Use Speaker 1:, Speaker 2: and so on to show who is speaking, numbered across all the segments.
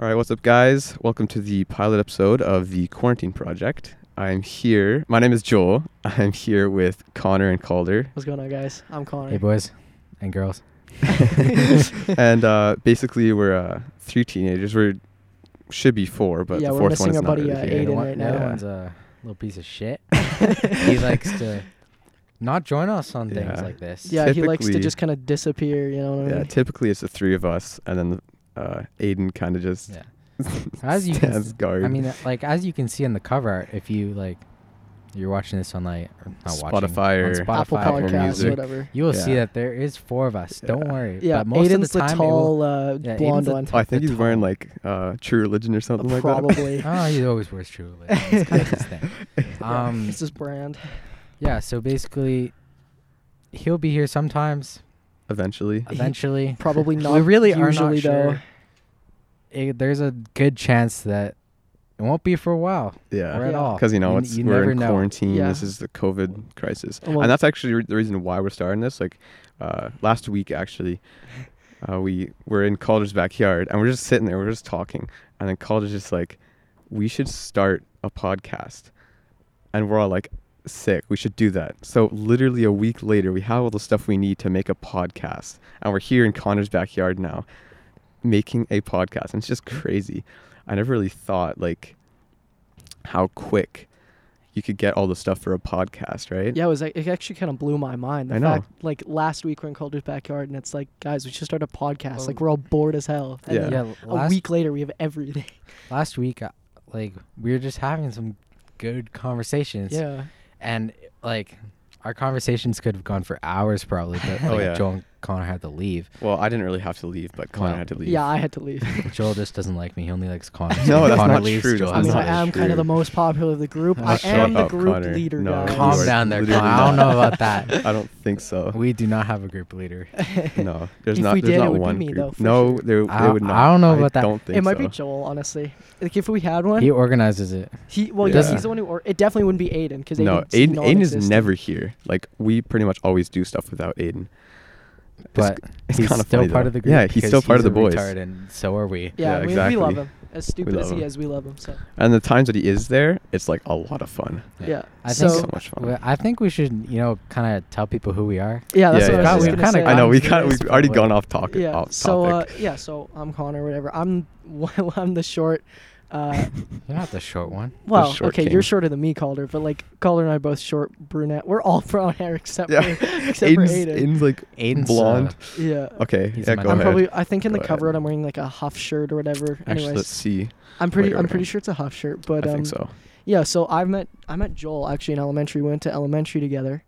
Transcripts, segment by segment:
Speaker 1: All right, what's up, guys? Welcome to the pilot episode of the Quarantine Project. I'm here. My name is Joel. I'm here with Connor and Calder.
Speaker 2: What's going on, guys? I'm Connor.
Speaker 3: Hey, boys and girls.
Speaker 1: and uh, basically, we're uh, three teenagers. We're should be four, but
Speaker 2: Yeah,
Speaker 1: the
Speaker 2: we're
Speaker 1: fourth one
Speaker 2: missing
Speaker 1: is
Speaker 2: our
Speaker 1: not
Speaker 2: buddy,
Speaker 1: really
Speaker 2: uh,
Speaker 1: here.
Speaker 2: Aiden
Speaker 3: one,
Speaker 2: right
Speaker 3: the other
Speaker 1: now.
Speaker 3: one's a little piece of shit. he likes to not join us on things
Speaker 1: Yeah.
Speaker 3: like this.
Speaker 2: yeah, he likes to
Speaker 1: typically-
Speaker 2: just kind of disappear. You know what I mean?
Speaker 1: Yeah, typically it's the three of us, and then uh, Aiden kind of just
Speaker 3: Yeah. As you can
Speaker 1: stands guard.
Speaker 3: I mean, uh, like as you can see on the cover art, if you like, you're watching this on like or not watching,
Speaker 1: Spotify or
Speaker 3: on Spotify,
Speaker 2: Apple
Speaker 1: Apple
Speaker 2: Podcasts,
Speaker 1: Music.
Speaker 2: whatever.
Speaker 3: You will see
Speaker 1: Yeah.
Speaker 3: that there is four of us. Don't
Speaker 1: Yeah.
Speaker 3: worry.
Speaker 2: Yeah,
Speaker 3: but most
Speaker 2: Aiden's
Speaker 3: of the time,
Speaker 2: the
Speaker 3: it will-
Speaker 2: tall uh,
Speaker 3: Yeah, Aiden's
Speaker 2: blonde
Speaker 3: the
Speaker 2: one.
Speaker 1: Oh, I think
Speaker 3: the
Speaker 1: he's wearing
Speaker 3: tall-
Speaker 1: like uh, True Religion or something like that.
Speaker 2: Probably.
Speaker 3: oh, he always wears True Religion. It's kind of his thing.
Speaker 2: Yeah,
Speaker 3: Um,
Speaker 2: it's his brand.
Speaker 3: yeah. So basically, he'll be here sometimes.
Speaker 1: Eventually,
Speaker 3: Eventually,
Speaker 2: Probably not.
Speaker 3: we really are
Speaker 2: usually,
Speaker 3: not
Speaker 2: though.
Speaker 3: sure. It- there's a good chance that it won't be for a while or
Speaker 1: yeah,
Speaker 3: at
Speaker 2: Yeah.
Speaker 3: all.
Speaker 1: because you know
Speaker 3: You-
Speaker 1: it's
Speaker 3: you
Speaker 1: we're
Speaker 3: never
Speaker 1: in
Speaker 3: know.
Speaker 1: quarantine.
Speaker 2: Yeah.
Speaker 1: This is the COVID crisis,
Speaker 2: Well-
Speaker 1: and that's actually re- the reason why we're starting this. Like uh, last week, actually, uh, we were in Calder's backyard, and we're just sitting there, we're just talking, and then Calder's just like, "We should start a podcast," and we're all like. Sick. We should do that. So literally a week later, we have all the stuff we need to make a podcast, and we're here in Connor's backyard now, making a podcast. And it's just crazy. I never really thought like how quick you could get all the stuff for a podcast, right?
Speaker 2: Yeah, it was. like- It actually kind of blew my mind. The
Speaker 1: I know.
Speaker 2: fact, like last week we're in Calder's backyard, and it's like, guys, we should start a podcast.
Speaker 3: Well-
Speaker 2: like we're all bored as hell. And
Speaker 1: Yeah.
Speaker 2: then
Speaker 3: Yeah,
Speaker 2: a
Speaker 3: last-
Speaker 2: week later, we have everything.
Speaker 3: last week uh, like we were just having some good conversations
Speaker 2: yeah.
Speaker 3: and like our conversations could have gone for hours probably but
Speaker 1: Oh,
Speaker 3: like,
Speaker 1: yeah.
Speaker 3: joel and connor had to leave
Speaker 1: Well, I didn't really have to leave, but Connor
Speaker 3: Well,
Speaker 1: had to leave.
Speaker 2: Yeah, I had to leave.
Speaker 3: joel just doesn't like me he only likes connor
Speaker 1: No,
Speaker 3: When
Speaker 1: that's
Speaker 3: connor
Speaker 1: not
Speaker 3: leaves,
Speaker 1: true.
Speaker 3: joel
Speaker 2: I
Speaker 1: That's
Speaker 2: mean,
Speaker 3: doesn't
Speaker 2: I
Speaker 1: not
Speaker 3: like
Speaker 2: am kind of
Speaker 1: true.
Speaker 2: the most popular of the group. I
Speaker 1: Shut
Speaker 2: am
Speaker 3: Oh,
Speaker 2: the
Speaker 1: up,
Speaker 2: group
Speaker 1: Connor.
Speaker 2: leader,
Speaker 1: No,
Speaker 2: guys.
Speaker 1: you
Speaker 3: Calm
Speaker 1: are
Speaker 3: down there,
Speaker 1: literally
Speaker 3: Connor. I don't
Speaker 1: not.
Speaker 3: know about that.
Speaker 1: I don't think so.
Speaker 3: me. we do not have a group leader
Speaker 1: no, there's
Speaker 2: If
Speaker 1: not.
Speaker 2: we
Speaker 1: there's
Speaker 2: did, it
Speaker 1: not
Speaker 2: would be
Speaker 1: one.
Speaker 2: me,
Speaker 1: group.
Speaker 2: though, for
Speaker 1: no,
Speaker 2: sure.
Speaker 1: there,
Speaker 3: I-
Speaker 1: they would
Speaker 3: I
Speaker 1: not.
Speaker 3: don't know about that.
Speaker 1: Don't think
Speaker 2: it might
Speaker 1: so.
Speaker 2: be Joel, honestly. Like if we had one,
Speaker 3: he
Speaker 2: he,
Speaker 3: organizes it
Speaker 2: well, yeah,
Speaker 1: Yeah.
Speaker 2: he's the one who. Or it definitely wouldn't be Aiden because
Speaker 1: no, Aiden, Aiden is never here. Like we pretty much always do stuff without Aiden. It's-
Speaker 3: but
Speaker 1: it's,
Speaker 3: he's
Speaker 1: kinda
Speaker 3: still
Speaker 1: funny,
Speaker 3: part
Speaker 1: though.
Speaker 3: of the group
Speaker 1: Yeah, he's
Speaker 3: because
Speaker 1: still part
Speaker 3: he's
Speaker 1: of the
Speaker 3: a
Speaker 1: boys.
Speaker 3: retard and so are we
Speaker 1: Yeah,
Speaker 2: Yeah, we,
Speaker 1: exactly.
Speaker 2: we love him. As stupid as
Speaker 1: love
Speaker 2: he
Speaker 1: him.
Speaker 2: is, we love him. So
Speaker 1: And the times that he is there, it's like a lot of fun.
Speaker 2: yeah,
Speaker 3: I
Speaker 2: so
Speaker 3: think
Speaker 1: so much fun.
Speaker 3: Well, I think we should, you know, kind of tell people who we are.
Speaker 2: yeah, that's
Speaker 1: yeah,
Speaker 2: what
Speaker 1: yeah,
Speaker 2: I was
Speaker 1: yeah.
Speaker 2: just gonna
Speaker 3: Kinda
Speaker 2: say.
Speaker 1: I know we
Speaker 3: Yeah,
Speaker 1: kind of we've
Speaker 3: it's
Speaker 1: already
Speaker 3: probably-
Speaker 1: gone off topic.
Speaker 2: yeah.
Speaker 1: Off
Speaker 2: so uh,
Speaker 1: topic.
Speaker 2: yeah, so I'm Connor, whatever. I'm well, I'm the short. Uh,
Speaker 3: You're not the short one.
Speaker 2: well,
Speaker 1: short
Speaker 2: okay,
Speaker 1: king.
Speaker 2: you're shorter than me, Calder, but like Calder and I are both short, brunette. We're all brown hair except
Speaker 1: Yeah.
Speaker 2: for except
Speaker 1: Aiden's,
Speaker 2: for Aiden.
Speaker 1: Aiden's like
Speaker 3: Aiden's uh,
Speaker 1: blonde.
Speaker 2: yeah.
Speaker 1: okay,
Speaker 3: he's
Speaker 1: yeah,
Speaker 3: my
Speaker 1: go
Speaker 2: I'm
Speaker 1: ahead.
Speaker 2: probably. I think in the
Speaker 1: Go
Speaker 2: cover
Speaker 1: ahead.
Speaker 2: art, I'm wearing like a huff shirt or whatever.
Speaker 1: Actually, let's
Speaker 2: Anyways,
Speaker 1: see.
Speaker 2: I'm pretty.
Speaker 1: you're
Speaker 2: I'm
Speaker 1: wearing.
Speaker 2: pretty sure it's a huff shirt, but
Speaker 1: I
Speaker 2: um,
Speaker 1: think so.
Speaker 2: Yeah, so I met I met Joel actually in elementary. We went to elementary together,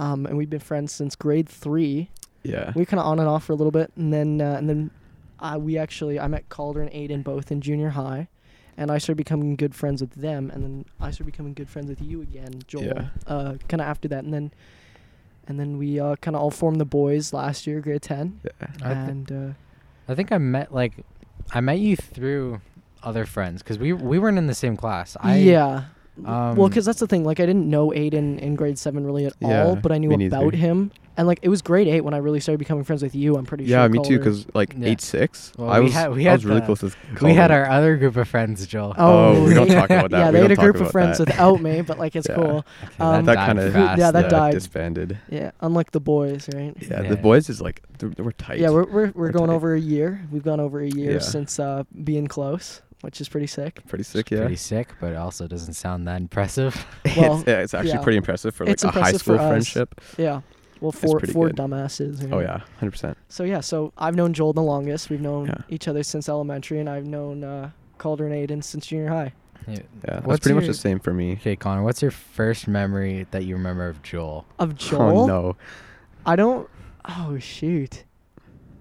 Speaker 2: um, and we've been friends since grade three.
Speaker 1: Yeah.
Speaker 2: We were kind of on and off for a little bit, and then uh, and then uh, we actually I met Calder and Aiden both in junior high, and I started becoming good friends with them, and then I started becoming good friends with you again, Joel.
Speaker 1: Yeah.
Speaker 2: Uh, kind of after that, and then and then we uh, kind of all formed the boys last year, grade ten,
Speaker 1: yeah.
Speaker 3: I, th-
Speaker 2: and uh,
Speaker 3: I think I met like, I met you through other friends because we we weren't in the same class. I,
Speaker 2: yeah. Well, 'cause well,
Speaker 3: um,
Speaker 2: because that's the thing. Like, I didn't know Aiden in grade seven really at all,
Speaker 1: Yeah,
Speaker 2: but I knew
Speaker 1: me neither.
Speaker 2: about him. And like, it was grade eight when I really started becoming friends with you. I'm pretty sure.
Speaker 1: Yeah, me too.
Speaker 2: Calder.
Speaker 1: Because like
Speaker 3: Yeah.
Speaker 1: eight six,
Speaker 3: Well,
Speaker 1: I
Speaker 3: we
Speaker 1: was
Speaker 3: had- we
Speaker 1: I
Speaker 3: had
Speaker 1: was really
Speaker 3: the-
Speaker 1: close with.
Speaker 3: We had
Speaker 1: Colin.
Speaker 3: our other group of friends, Joel.
Speaker 2: Oh,
Speaker 1: we don't
Speaker 2: yeah.
Speaker 1: talk about that.
Speaker 2: Yeah,
Speaker 1: We
Speaker 2: they had
Speaker 1: don't
Speaker 2: a
Speaker 1: talk
Speaker 2: group of
Speaker 1: about
Speaker 2: friends
Speaker 1: that.
Speaker 2: without me, but like, it's
Speaker 1: Yeah.
Speaker 2: cool.
Speaker 3: Okay,
Speaker 2: um,
Speaker 1: that
Speaker 3: died
Speaker 1: kind of
Speaker 3: fast.
Speaker 2: Yeah, that died.
Speaker 1: disbanded.
Speaker 2: Yeah, unlike the boys, right?
Speaker 1: Yeah,
Speaker 3: Yeah.
Speaker 1: the boys is like th- we're tight.
Speaker 2: Yeah, we're we're, we're
Speaker 1: We're
Speaker 2: going
Speaker 1: tight.
Speaker 2: over a year. We've gone over a year
Speaker 1: Yeah.
Speaker 2: since uh, being close, which is pretty sick.
Speaker 1: pretty
Speaker 3: It's
Speaker 1: sick. Yeah,
Speaker 3: Pretty sick, but it also doesn't sound that impressive.
Speaker 2: Well,
Speaker 1: it's, yeah, it's actually
Speaker 2: yeah.
Speaker 1: pretty impressive for like
Speaker 2: It's
Speaker 1: a high
Speaker 2: impressive for
Speaker 1: school
Speaker 2: us.
Speaker 1: friendship.
Speaker 2: Yeah. Well, four
Speaker 1: pretty
Speaker 2: four
Speaker 1: good.
Speaker 2: dumbasses. you
Speaker 1: Oh
Speaker 2: know?
Speaker 1: yeah, hundred percent.
Speaker 2: So yeah, so I've known Joel the longest. We've known
Speaker 1: Yeah.
Speaker 2: each other since elementary, and I've known uh, Calder and Aiden since junior high.
Speaker 3: Yeah.
Speaker 1: Yeah, that's
Speaker 3: What's
Speaker 1: pretty much
Speaker 3: your-
Speaker 1: the same for me. Oh,
Speaker 3: Okay, Connor, what's your first memory that you remember of Joel?
Speaker 2: Of Joel,
Speaker 1: Oh no,
Speaker 2: I don't. Oh shoot,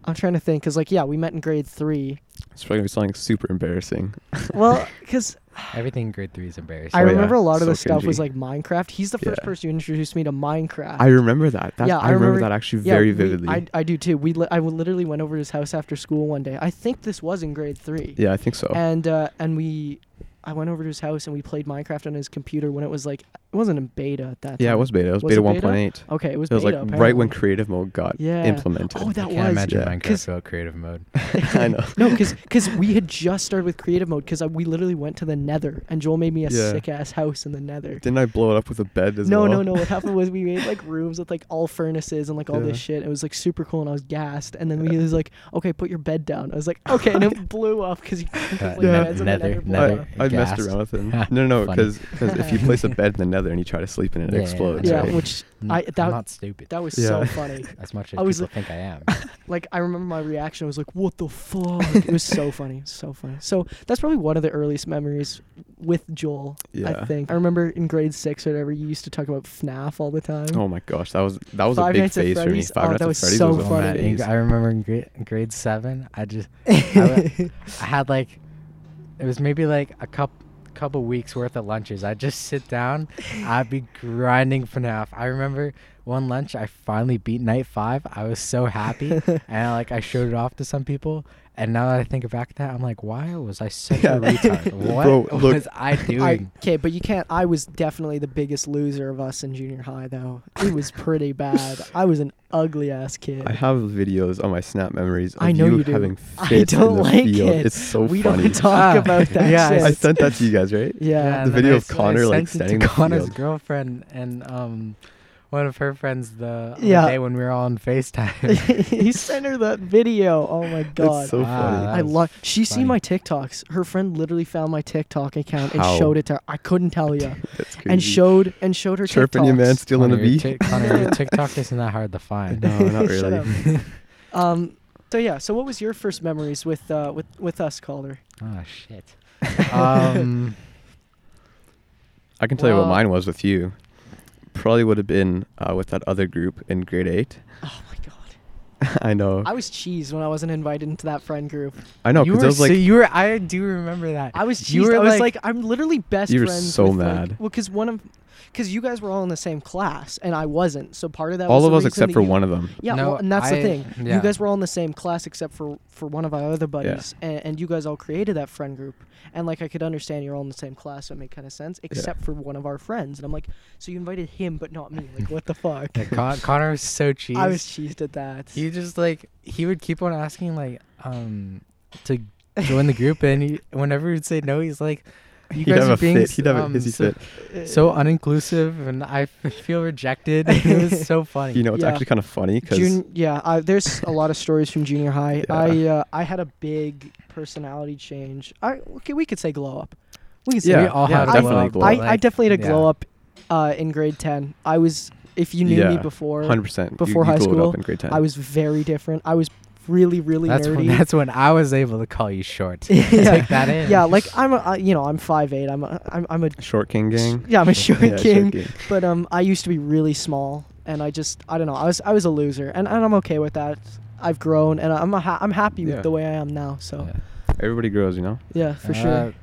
Speaker 2: I'm trying to think. Cause like yeah, we met in grade three.
Speaker 1: it's probably gonna be something super embarrassing.
Speaker 2: Well, cause
Speaker 3: Everything in grade three is embarrassing.
Speaker 2: I
Speaker 1: Oh, yeah.
Speaker 2: remember a lot of
Speaker 1: So
Speaker 2: the stuff was
Speaker 1: cringy.
Speaker 2: like Minecraft. He's the first
Speaker 1: Yeah.
Speaker 2: person who introduced me to Minecraft.
Speaker 1: I remember that. That
Speaker 2: Uh, Yeah,
Speaker 1: I,
Speaker 2: I
Speaker 1: remember,
Speaker 2: remember-
Speaker 1: that actually
Speaker 2: Yeah,
Speaker 1: very
Speaker 2: we-
Speaker 1: vividly.
Speaker 2: I, I do too. We li- I literally went over to his house after school one day. I think this was in grade three.
Speaker 1: yeah, I think so.
Speaker 2: And uh, and we, I went over to his house and we played Minecraft on his computer when it was like It wasn't in beta at that time.
Speaker 1: Yeah, it was beta. It was,
Speaker 2: Was
Speaker 1: beta
Speaker 2: it beta?
Speaker 1: 1.8.
Speaker 2: Okay, it was.
Speaker 1: It was like
Speaker 2: beta,
Speaker 1: right when
Speaker 2: apparently.
Speaker 1: creative mode got
Speaker 2: Yeah.
Speaker 1: implemented.
Speaker 2: Oh, that
Speaker 3: I can't
Speaker 2: was.
Speaker 3: imagine
Speaker 1: Yeah.
Speaker 3: Minecraft
Speaker 2: 'Cause-
Speaker 3: without creative mode.
Speaker 1: I know.
Speaker 2: No, because we had just started with creative mode because we literally went to the nether and Joel made me a
Speaker 1: Yeah.
Speaker 2: sick ass house in the nether.
Speaker 1: Didn't I blow it up with a bed as
Speaker 2: no,
Speaker 1: well?
Speaker 2: no, no. What happened was we made like rooms with like all furnaces and like all
Speaker 1: Yeah.
Speaker 2: this shit. It was like super cool and I was gassed. And then we he was like, okay, put your bed down. I was like, okay. And it blew up because you couldn't
Speaker 3: Uh,
Speaker 2: put
Speaker 1: yeah.
Speaker 2: beds in the
Speaker 3: Nether-
Speaker 2: nether. blew
Speaker 3: nether.
Speaker 2: up.
Speaker 1: I, I messed
Speaker 3: Gassed.
Speaker 1: around with him. No, no,
Speaker 3: Funny.
Speaker 1: because if you place a bed in the nether and you try to sleep in it, it
Speaker 3: Yeah, yeah,
Speaker 1: explodes.
Speaker 2: Yeah,
Speaker 1: right?
Speaker 2: which
Speaker 3: N-
Speaker 2: I-
Speaker 3: I'm
Speaker 2: that-
Speaker 3: not stupid.
Speaker 2: that was
Speaker 1: Yeah.
Speaker 2: so funny.
Speaker 3: as much as
Speaker 2: I was
Speaker 3: people think I am.
Speaker 2: Like I remember my reaction I was like, "What the fuck?" it was so funny, so funny. So that's probably one of the earliest memories with Joel.
Speaker 1: Yeah.
Speaker 2: I think I remember in grade six or whatever, you used to talk about FNAF all the time.
Speaker 1: Oh my gosh, that was that was
Speaker 2: Mm-hmm. Five
Speaker 1: a big
Speaker 2: Nights at
Speaker 1: phase for me.
Speaker 2: Freddy's?
Speaker 1: Five
Speaker 2: Oh,
Speaker 1: Nights
Speaker 2: that
Speaker 1: at
Speaker 2: was
Speaker 1: Freddy's
Speaker 2: so
Speaker 1: was one
Speaker 3: Oh,
Speaker 2: funny.
Speaker 1: of
Speaker 3: man,
Speaker 1: the
Speaker 3: in,
Speaker 1: days.
Speaker 3: I remember in grade, grade seven, I just I, wa- I had like it was maybe like a couple couple weeks worth of lunches. I'd just sit down, I'd be grinding FNAF. I remember one lunch I finally beat night five. I was so happy and I, like I showed it off to some people. And now that I think back to that, I'm like, why was I such
Speaker 1: Yeah.
Speaker 3: a retard? What
Speaker 1: Bro, look,
Speaker 3: was I doing?
Speaker 2: Okay, but you can't. I was definitely the biggest loser of us in junior high, though. It was pretty bad. I was an ugly ass kid.
Speaker 1: I have videos on my snap memories. Of
Speaker 2: I know you do.
Speaker 1: having
Speaker 2: I
Speaker 1: fits in
Speaker 2: don't
Speaker 1: the
Speaker 2: like
Speaker 1: field.
Speaker 2: it.
Speaker 1: It's so
Speaker 2: we
Speaker 1: funny.
Speaker 2: don't talk
Speaker 3: Ah,
Speaker 2: about that
Speaker 3: yeah,
Speaker 2: shit.
Speaker 1: I sent that to you guys, right?
Speaker 2: yeah.
Speaker 1: the
Speaker 3: and then
Speaker 1: video
Speaker 3: I
Speaker 1: of
Speaker 3: s- I
Speaker 1: Connor, like,
Speaker 3: sent it
Speaker 1: standing in
Speaker 3: to
Speaker 1: the
Speaker 3: Connor's
Speaker 1: field.
Speaker 3: girlfriend and um one of her friends the, the
Speaker 2: Yeah.
Speaker 3: day when we were all on FaceTime.
Speaker 2: he sent her that video. Oh my god.
Speaker 1: It's so
Speaker 3: Wow,
Speaker 1: funny.
Speaker 3: that
Speaker 2: I
Speaker 3: was
Speaker 2: love. She
Speaker 3: funny.
Speaker 2: seen my TikToks. Her friend literally found my TikTok account and
Speaker 1: How?
Speaker 2: showed it to her. I couldn't tell you.
Speaker 1: That's crazy.
Speaker 2: and showed and showed her
Speaker 1: chirping
Speaker 2: TikToks.
Speaker 1: your man stealing
Speaker 3: Connor,
Speaker 1: a
Speaker 3: your
Speaker 1: beat.
Speaker 3: Tik- Connor, your TikTok isn't that hard to find.
Speaker 1: no, not
Speaker 2: Shut
Speaker 1: really.
Speaker 2: up. Um. So yeah. So what was your first memories with uh with with us, Calder?
Speaker 3: Oh shit. Um,
Speaker 1: I can tell you what
Speaker 3: Well-
Speaker 1: mine was with you. Probably would have been uh, with that other group in grade eight.
Speaker 2: Oh my god.
Speaker 1: I know.
Speaker 2: I was cheesed when I wasn't invited into that friend group.
Speaker 1: I know
Speaker 3: you
Speaker 1: because
Speaker 3: were
Speaker 1: I was like,
Speaker 3: so you were. I do remember that.
Speaker 2: I was cheesed.
Speaker 3: You were
Speaker 2: I was
Speaker 3: like-
Speaker 2: like, I'm literally best
Speaker 1: You were
Speaker 2: friends.
Speaker 1: so
Speaker 2: with,
Speaker 1: mad.
Speaker 2: Like, well, because one of, because you guys were all in the same class and I wasn't. So part of that. was
Speaker 1: all of
Speaker 2: the
Speaker 1: us
Speaker 2: reason
Speaker 1: except
Speaker 2: that
Speaker 1: for
Speaker 2: you-
Speaker 1: one of them.
Speaker 2: Yeah,
Speaker 3: No,
Speaker 2: well, and that's
Speaker 3: I-
Speaker 2: the thing.
Speaker 3: yeah.
Speaker 2: You guys were all in the same class except for for one of our other buddies, and, and you guys all created that friend group. And like, I could understand you're all in the same class, so it made kind of sense, except for one of our friends. And I'm like, so you invited him, but not me. Like, what the fuck?
Speaker 3: Yeah, Con- Connor was so cheesed.
Speaker 2: I was cheesed at that.
Speaker 3: He just like he would keep on asking like um to join the group, and he, whenever he'd say no, he's like, "You
Speaker 1: He'd
Speaker 3: guys
Speaker 1: have
Speaker 3: are
Speaker 1: a
Speaker 3: being
Speaker 1: fit. He'd have a
Speaker 3: um,
Speaker 1: hissy
Speaker 3: so
Speaker 1: fit.
Speaker 2: Uh,
Speaker 3: so uninclusive and I f- feel rejected. it was so funny.
Speaker 1: You know, it's
Speaker 2: Yeah.
Speaker 1: actually kind of funny because
Speaker 2: Jun- yeah, I, there's a lot of stories from junior high.
Speaker 1: Yeah.
Speaker 2: I uh, I had a big personality change. I okay, we could say glow up. We could say
Speaker 1: Yeah,
Speaker 3: we all
Speaker 1: yeah,
Speaker 3: had a
Speaker 1: definitely
Speaker 3: glow up,
Speaker 1: glow
Speaker 3: but,
Speaker 1: up.
Speaker 2: I, I
Speaker 3: like,
Speaker 2: definitely had a
Speaker 3: yeah.
Speaker 2: glow up uh, in grade 10. I was, if you knew me
Speaker 1: Yeah,
Speaker 2: before,
Speaker 1: 100%
Speaker 2: before
Speaker 1: you, you
Speaker 2: high
Speaker 1: glowed
Speaker 2: school,
Speaker 1: up in grade 10.
Speaker 2: I was very different. I was really, really
Speaker 3: That's
Speaker 2: nerdy.
Speaker 3: when, that's when I was able to call you short.
Speaker 2: yeah.
Speaker 3: Take that in.
Speaker 2: yeah, like I'm a, I- you know, I'm 5'8. I'm a, I'm, I'm a,
Speaker 1: short king gang.
Speaker 2: yeah, I'm a short
Speaker 1: Yeah,
Speaker 2: king.
Speaker 1: Short king.
Speaker 2: But um, I used to be really small, and I just, I don't know, I was, I was a loser, and, and I'm okay with that. I've grown, and I'm, a ha- I'm happy
Speaker 1: Yeah.
Speaker 2: with the way I am now. So
Speaker 3: Yeah.
Speaker 1: Everybody grows, you know?
Speaker 2: yeah, for
Speaker 3: Uh,
Speaker 2: sure.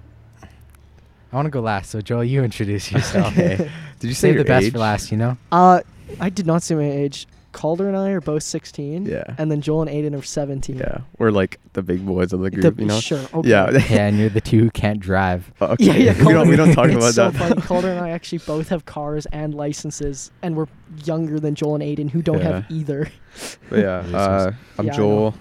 Speaker 3: I want to go last, so Joel, you introduce yourself.
Speaker 1: Okay. Did you say
Speaker 3: Save the
Speaker 1: your
Speaker 3: best
Speaker 1: age?
Speaker 3: for last, you know.
Speaker 2: Uh, I did not say my age. Calder and I are both 16,
Speaker 1: Yeah.
Speaker 2: and then Joel and Aiden are 17.
Speaker 1: Yeah. We're like the big boys of the
Speaker 2: The-
Speaker 1: group, you know?
Speaker 2: Sure.
Speaker 1: Yeah.
Speaker 3: yeah, and you're the two who can't drive.
Speaker 1: Uh,
Speaker 2: Yeah, yeah.
Speaker 1: We don't, we don't
Speaker 2: Calder-
Speaker 1: talk
Speaker 2: it's
Speaker 1: about
Speaker 2: so
Speaker 1: that.
Speaker 2: Funny. Calder and I actually both have cars and licenses, and we're younger than Joel and Aiden, who don't have
Speaker 1: Yeah.
Speaker 2: either.
Speaker 1: But yeah,
Speaker 3: This is-
Speaker 1: uh, I'm
Speaker 2: Yeah, I know.
Speaker 1: Joel.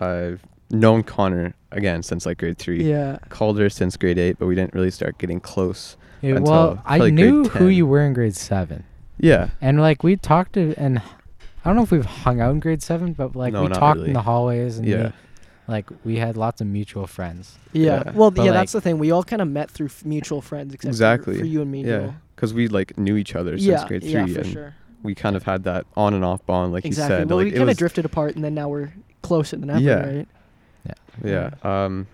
Speaker 1: I've known Connor again since like grade three.
Speaker 2: Yeah.
Speaker 1: Calder since grade eight, but we didn't really start getting close.
Speaker 3: Yeah,
Speaker 1: Until
Speaker 3: well,
Speaker 1: probably
Speaker 3: I
Speaker 1: grade
Speaker 3: knew who
Speaker 1: 10.
Speaker 3: you were in grade seven,
Speaker 1: Yeah,
Speaker 3: and like we talked to, and I don't know if we've hung out in grade seven, but like
Speaker 1: No,
Speaker 3: we
Speaker 1: not
Speaker 3: talked
Speaker 1: really.
Speaker 3: in the hallways, and
Speaker 1: yeah,
Speaker 3: we, like we had lots of mutual friends.
Speaker 2: Yeah.
Speaker 1: Yeah.
Speaker 2: Well,
Speaker 3: But,
Speaker 2: yeah,
Speaker 3: like-
Speaker 2: that's the thing. We all kind of met through f- mutual friends, except for-
Speaker 1: Exactly.
Speaker 2: for, you and me.
Speaker 1: yeah,
Speaker 2: Joel.
Speaker 1: because we like knew each other since
Speaker 2: Yeah.
Speaker 1: grade three,
Speaker 2: yeah, for
Speaker 1: and
Speaker 2: sure.
Speaker 1: we kind of had that on and off bond, like
Speaker 2: exactly.
Speaker 1: you said.
Speaker 2: well,
Speaker 1: like
Speaker 2: we
Speaker 1: it
Speaker 2: kind of
Speaker 1: was-
Speaker 2: drifted apart, and then now we're closer than ever,
Speaker 1: Yeah.
Speaker 2: right?
Speaker 1: Yeah. Um,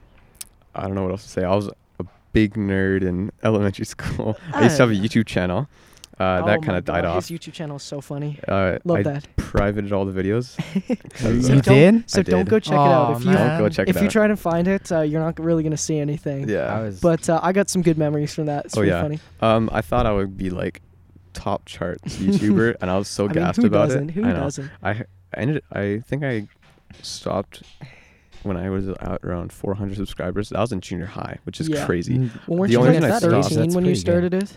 Speaker 1: I don't know what else to say. I was a big nerd in elementary school. I used to have a YouTube channel. Uh, that
Speaker 2: Oh
Speaker 1: kind
Speaker 2: my
Speaker 1: of died
Speaker 2: God,
Speaker 1: off.
Speaker 2: His YouTube channel is so funny.
Speaker 1: Uh,
Speaker 2: Love
Speaker 1: I
Speaker 2: that.
Speaker 1: privated all the videos. 'cause,
Speaker 2: So
Speaker 3: you
Speaker 1: uh,
Speaker 2: don't-
Speaker 3: did?
Speaker 2: So
Speaker 1: I
Speaker 2: don't
Speaker 1: did.
Speaker 2: go check it out.
Speaker 3: Aw,
Speaker 2: If
Speaker 3: man.
Speaker 2: you
Speaker 1: Don't go check
Speaker 2: if
Speaker 1: it
Speaker 2: you
Speaker 1: out.
Speaker 2: try to find it, uh, you're not really gonna see anything.
Speaker 1: yeah.
Speaker 3: I was.
Speaker 2: But uh, I got some good memories from that. It's
Speaker 1: Oh,
Speaker 2: really
Speaker 1: yeah.
Speaker 2: funny.
Speaker 1: Um, I thought I would be like top chart YouTuber, and I was so
Speaker 2: I mean,
Speaker 1: gassed
Speaker 2: who
Speaker 1: about
Speaker 2: doesn't?
Speaker 1: it.
Speaker 2: Who
Speaker 1: I know.
Speaker 2: doesn't?
Speaker 1: I h- I ended. I think I stopped when I was at around 400 subscribers. That was in junior high, which is
Speaker 2: Yeah.
Speaker 1: crazy.
Speaker 3: Mm,
Speaker 2: Well, weren't
Speaker 1: The
Speaker 2: you
Speaker 1: only
Speaker 2: like
Speaker 1: reason I stopped-
Speaker 2: 13
Speaker 3: That's
Speaker 2: when you
Speaker 3: pretty good.
Speaker 2: started it?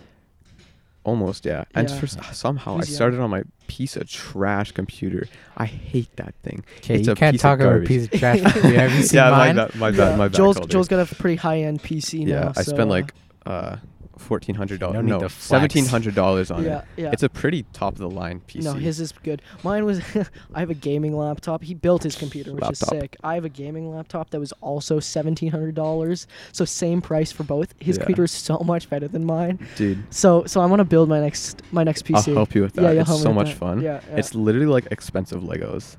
Speaker 1: Almost, yeah. And
Speaker 2: Yeah.
Speaker 1: for s- uh, somehow I
Speaker 2: Who's young?
Speaker 1: started on my piece of trash computer. I hate that thing.
Speaker 3: Okay,
Speaker 1: It's
Speaker 3: you
Speaker 1: a
Speaker 3: can't
Speaker 1: piece of
Speaker 3: talk about a
Speaker 1: garbage.
Speaker 3: piece of trash. computer. Have you seen
Speaker 1: yeah,
Speaker 3: mine?
Speaker 1: my bad, my bad, my bad.
Speaker 2: Joel's
Speaker 1: Calder.
Speaker 2: Joel's got a pretty high end PC
Speaker 1: yeah,
Speaker 2: now.
Speaker 1: I
Speaker 2: so,
Speaker 1: spent
Speaker 2: uh,
Speaker 1: like uh, fourteen hundred
Speaker 3: No
Speaker 1: dollars.
Speaker 3: need
Speaker 1: No,
Speaker 3: to flex.
Speaker 1: seventeen hundred dollars on
Speaker 2: uh, yeah,
Speaker 1: it.
Speaker 2: yeah.
Speaker 1: It's a pretty top of the line PC.
Speaker 2: No, his is good. Mine was. I have a gaming laptop. He built his computer, which is
Speaker 1: Laptop.
Speaker 2: sick. I have a gaming laptop that was also seventeen hundred dollars. So same price for both. His
Speaker 1: Yeah.
Speaker 2: computer is so much better than mine.
Speaker 1: dude.
Speaker 2: So so I want to build my next my next PC.
Speaker 1: I'll help you with that.
Speaker 2: Yeah, you'll help
Speaker 1: it's
Speaker 2: me
Speaker 1: so
Speaker 2: with
Speaker 1: much
Speaker 2: that.
Speaker 1: fun.
Speaker 2: Yeah, yeah.
Speaker 1: It's literally like expensive Legos.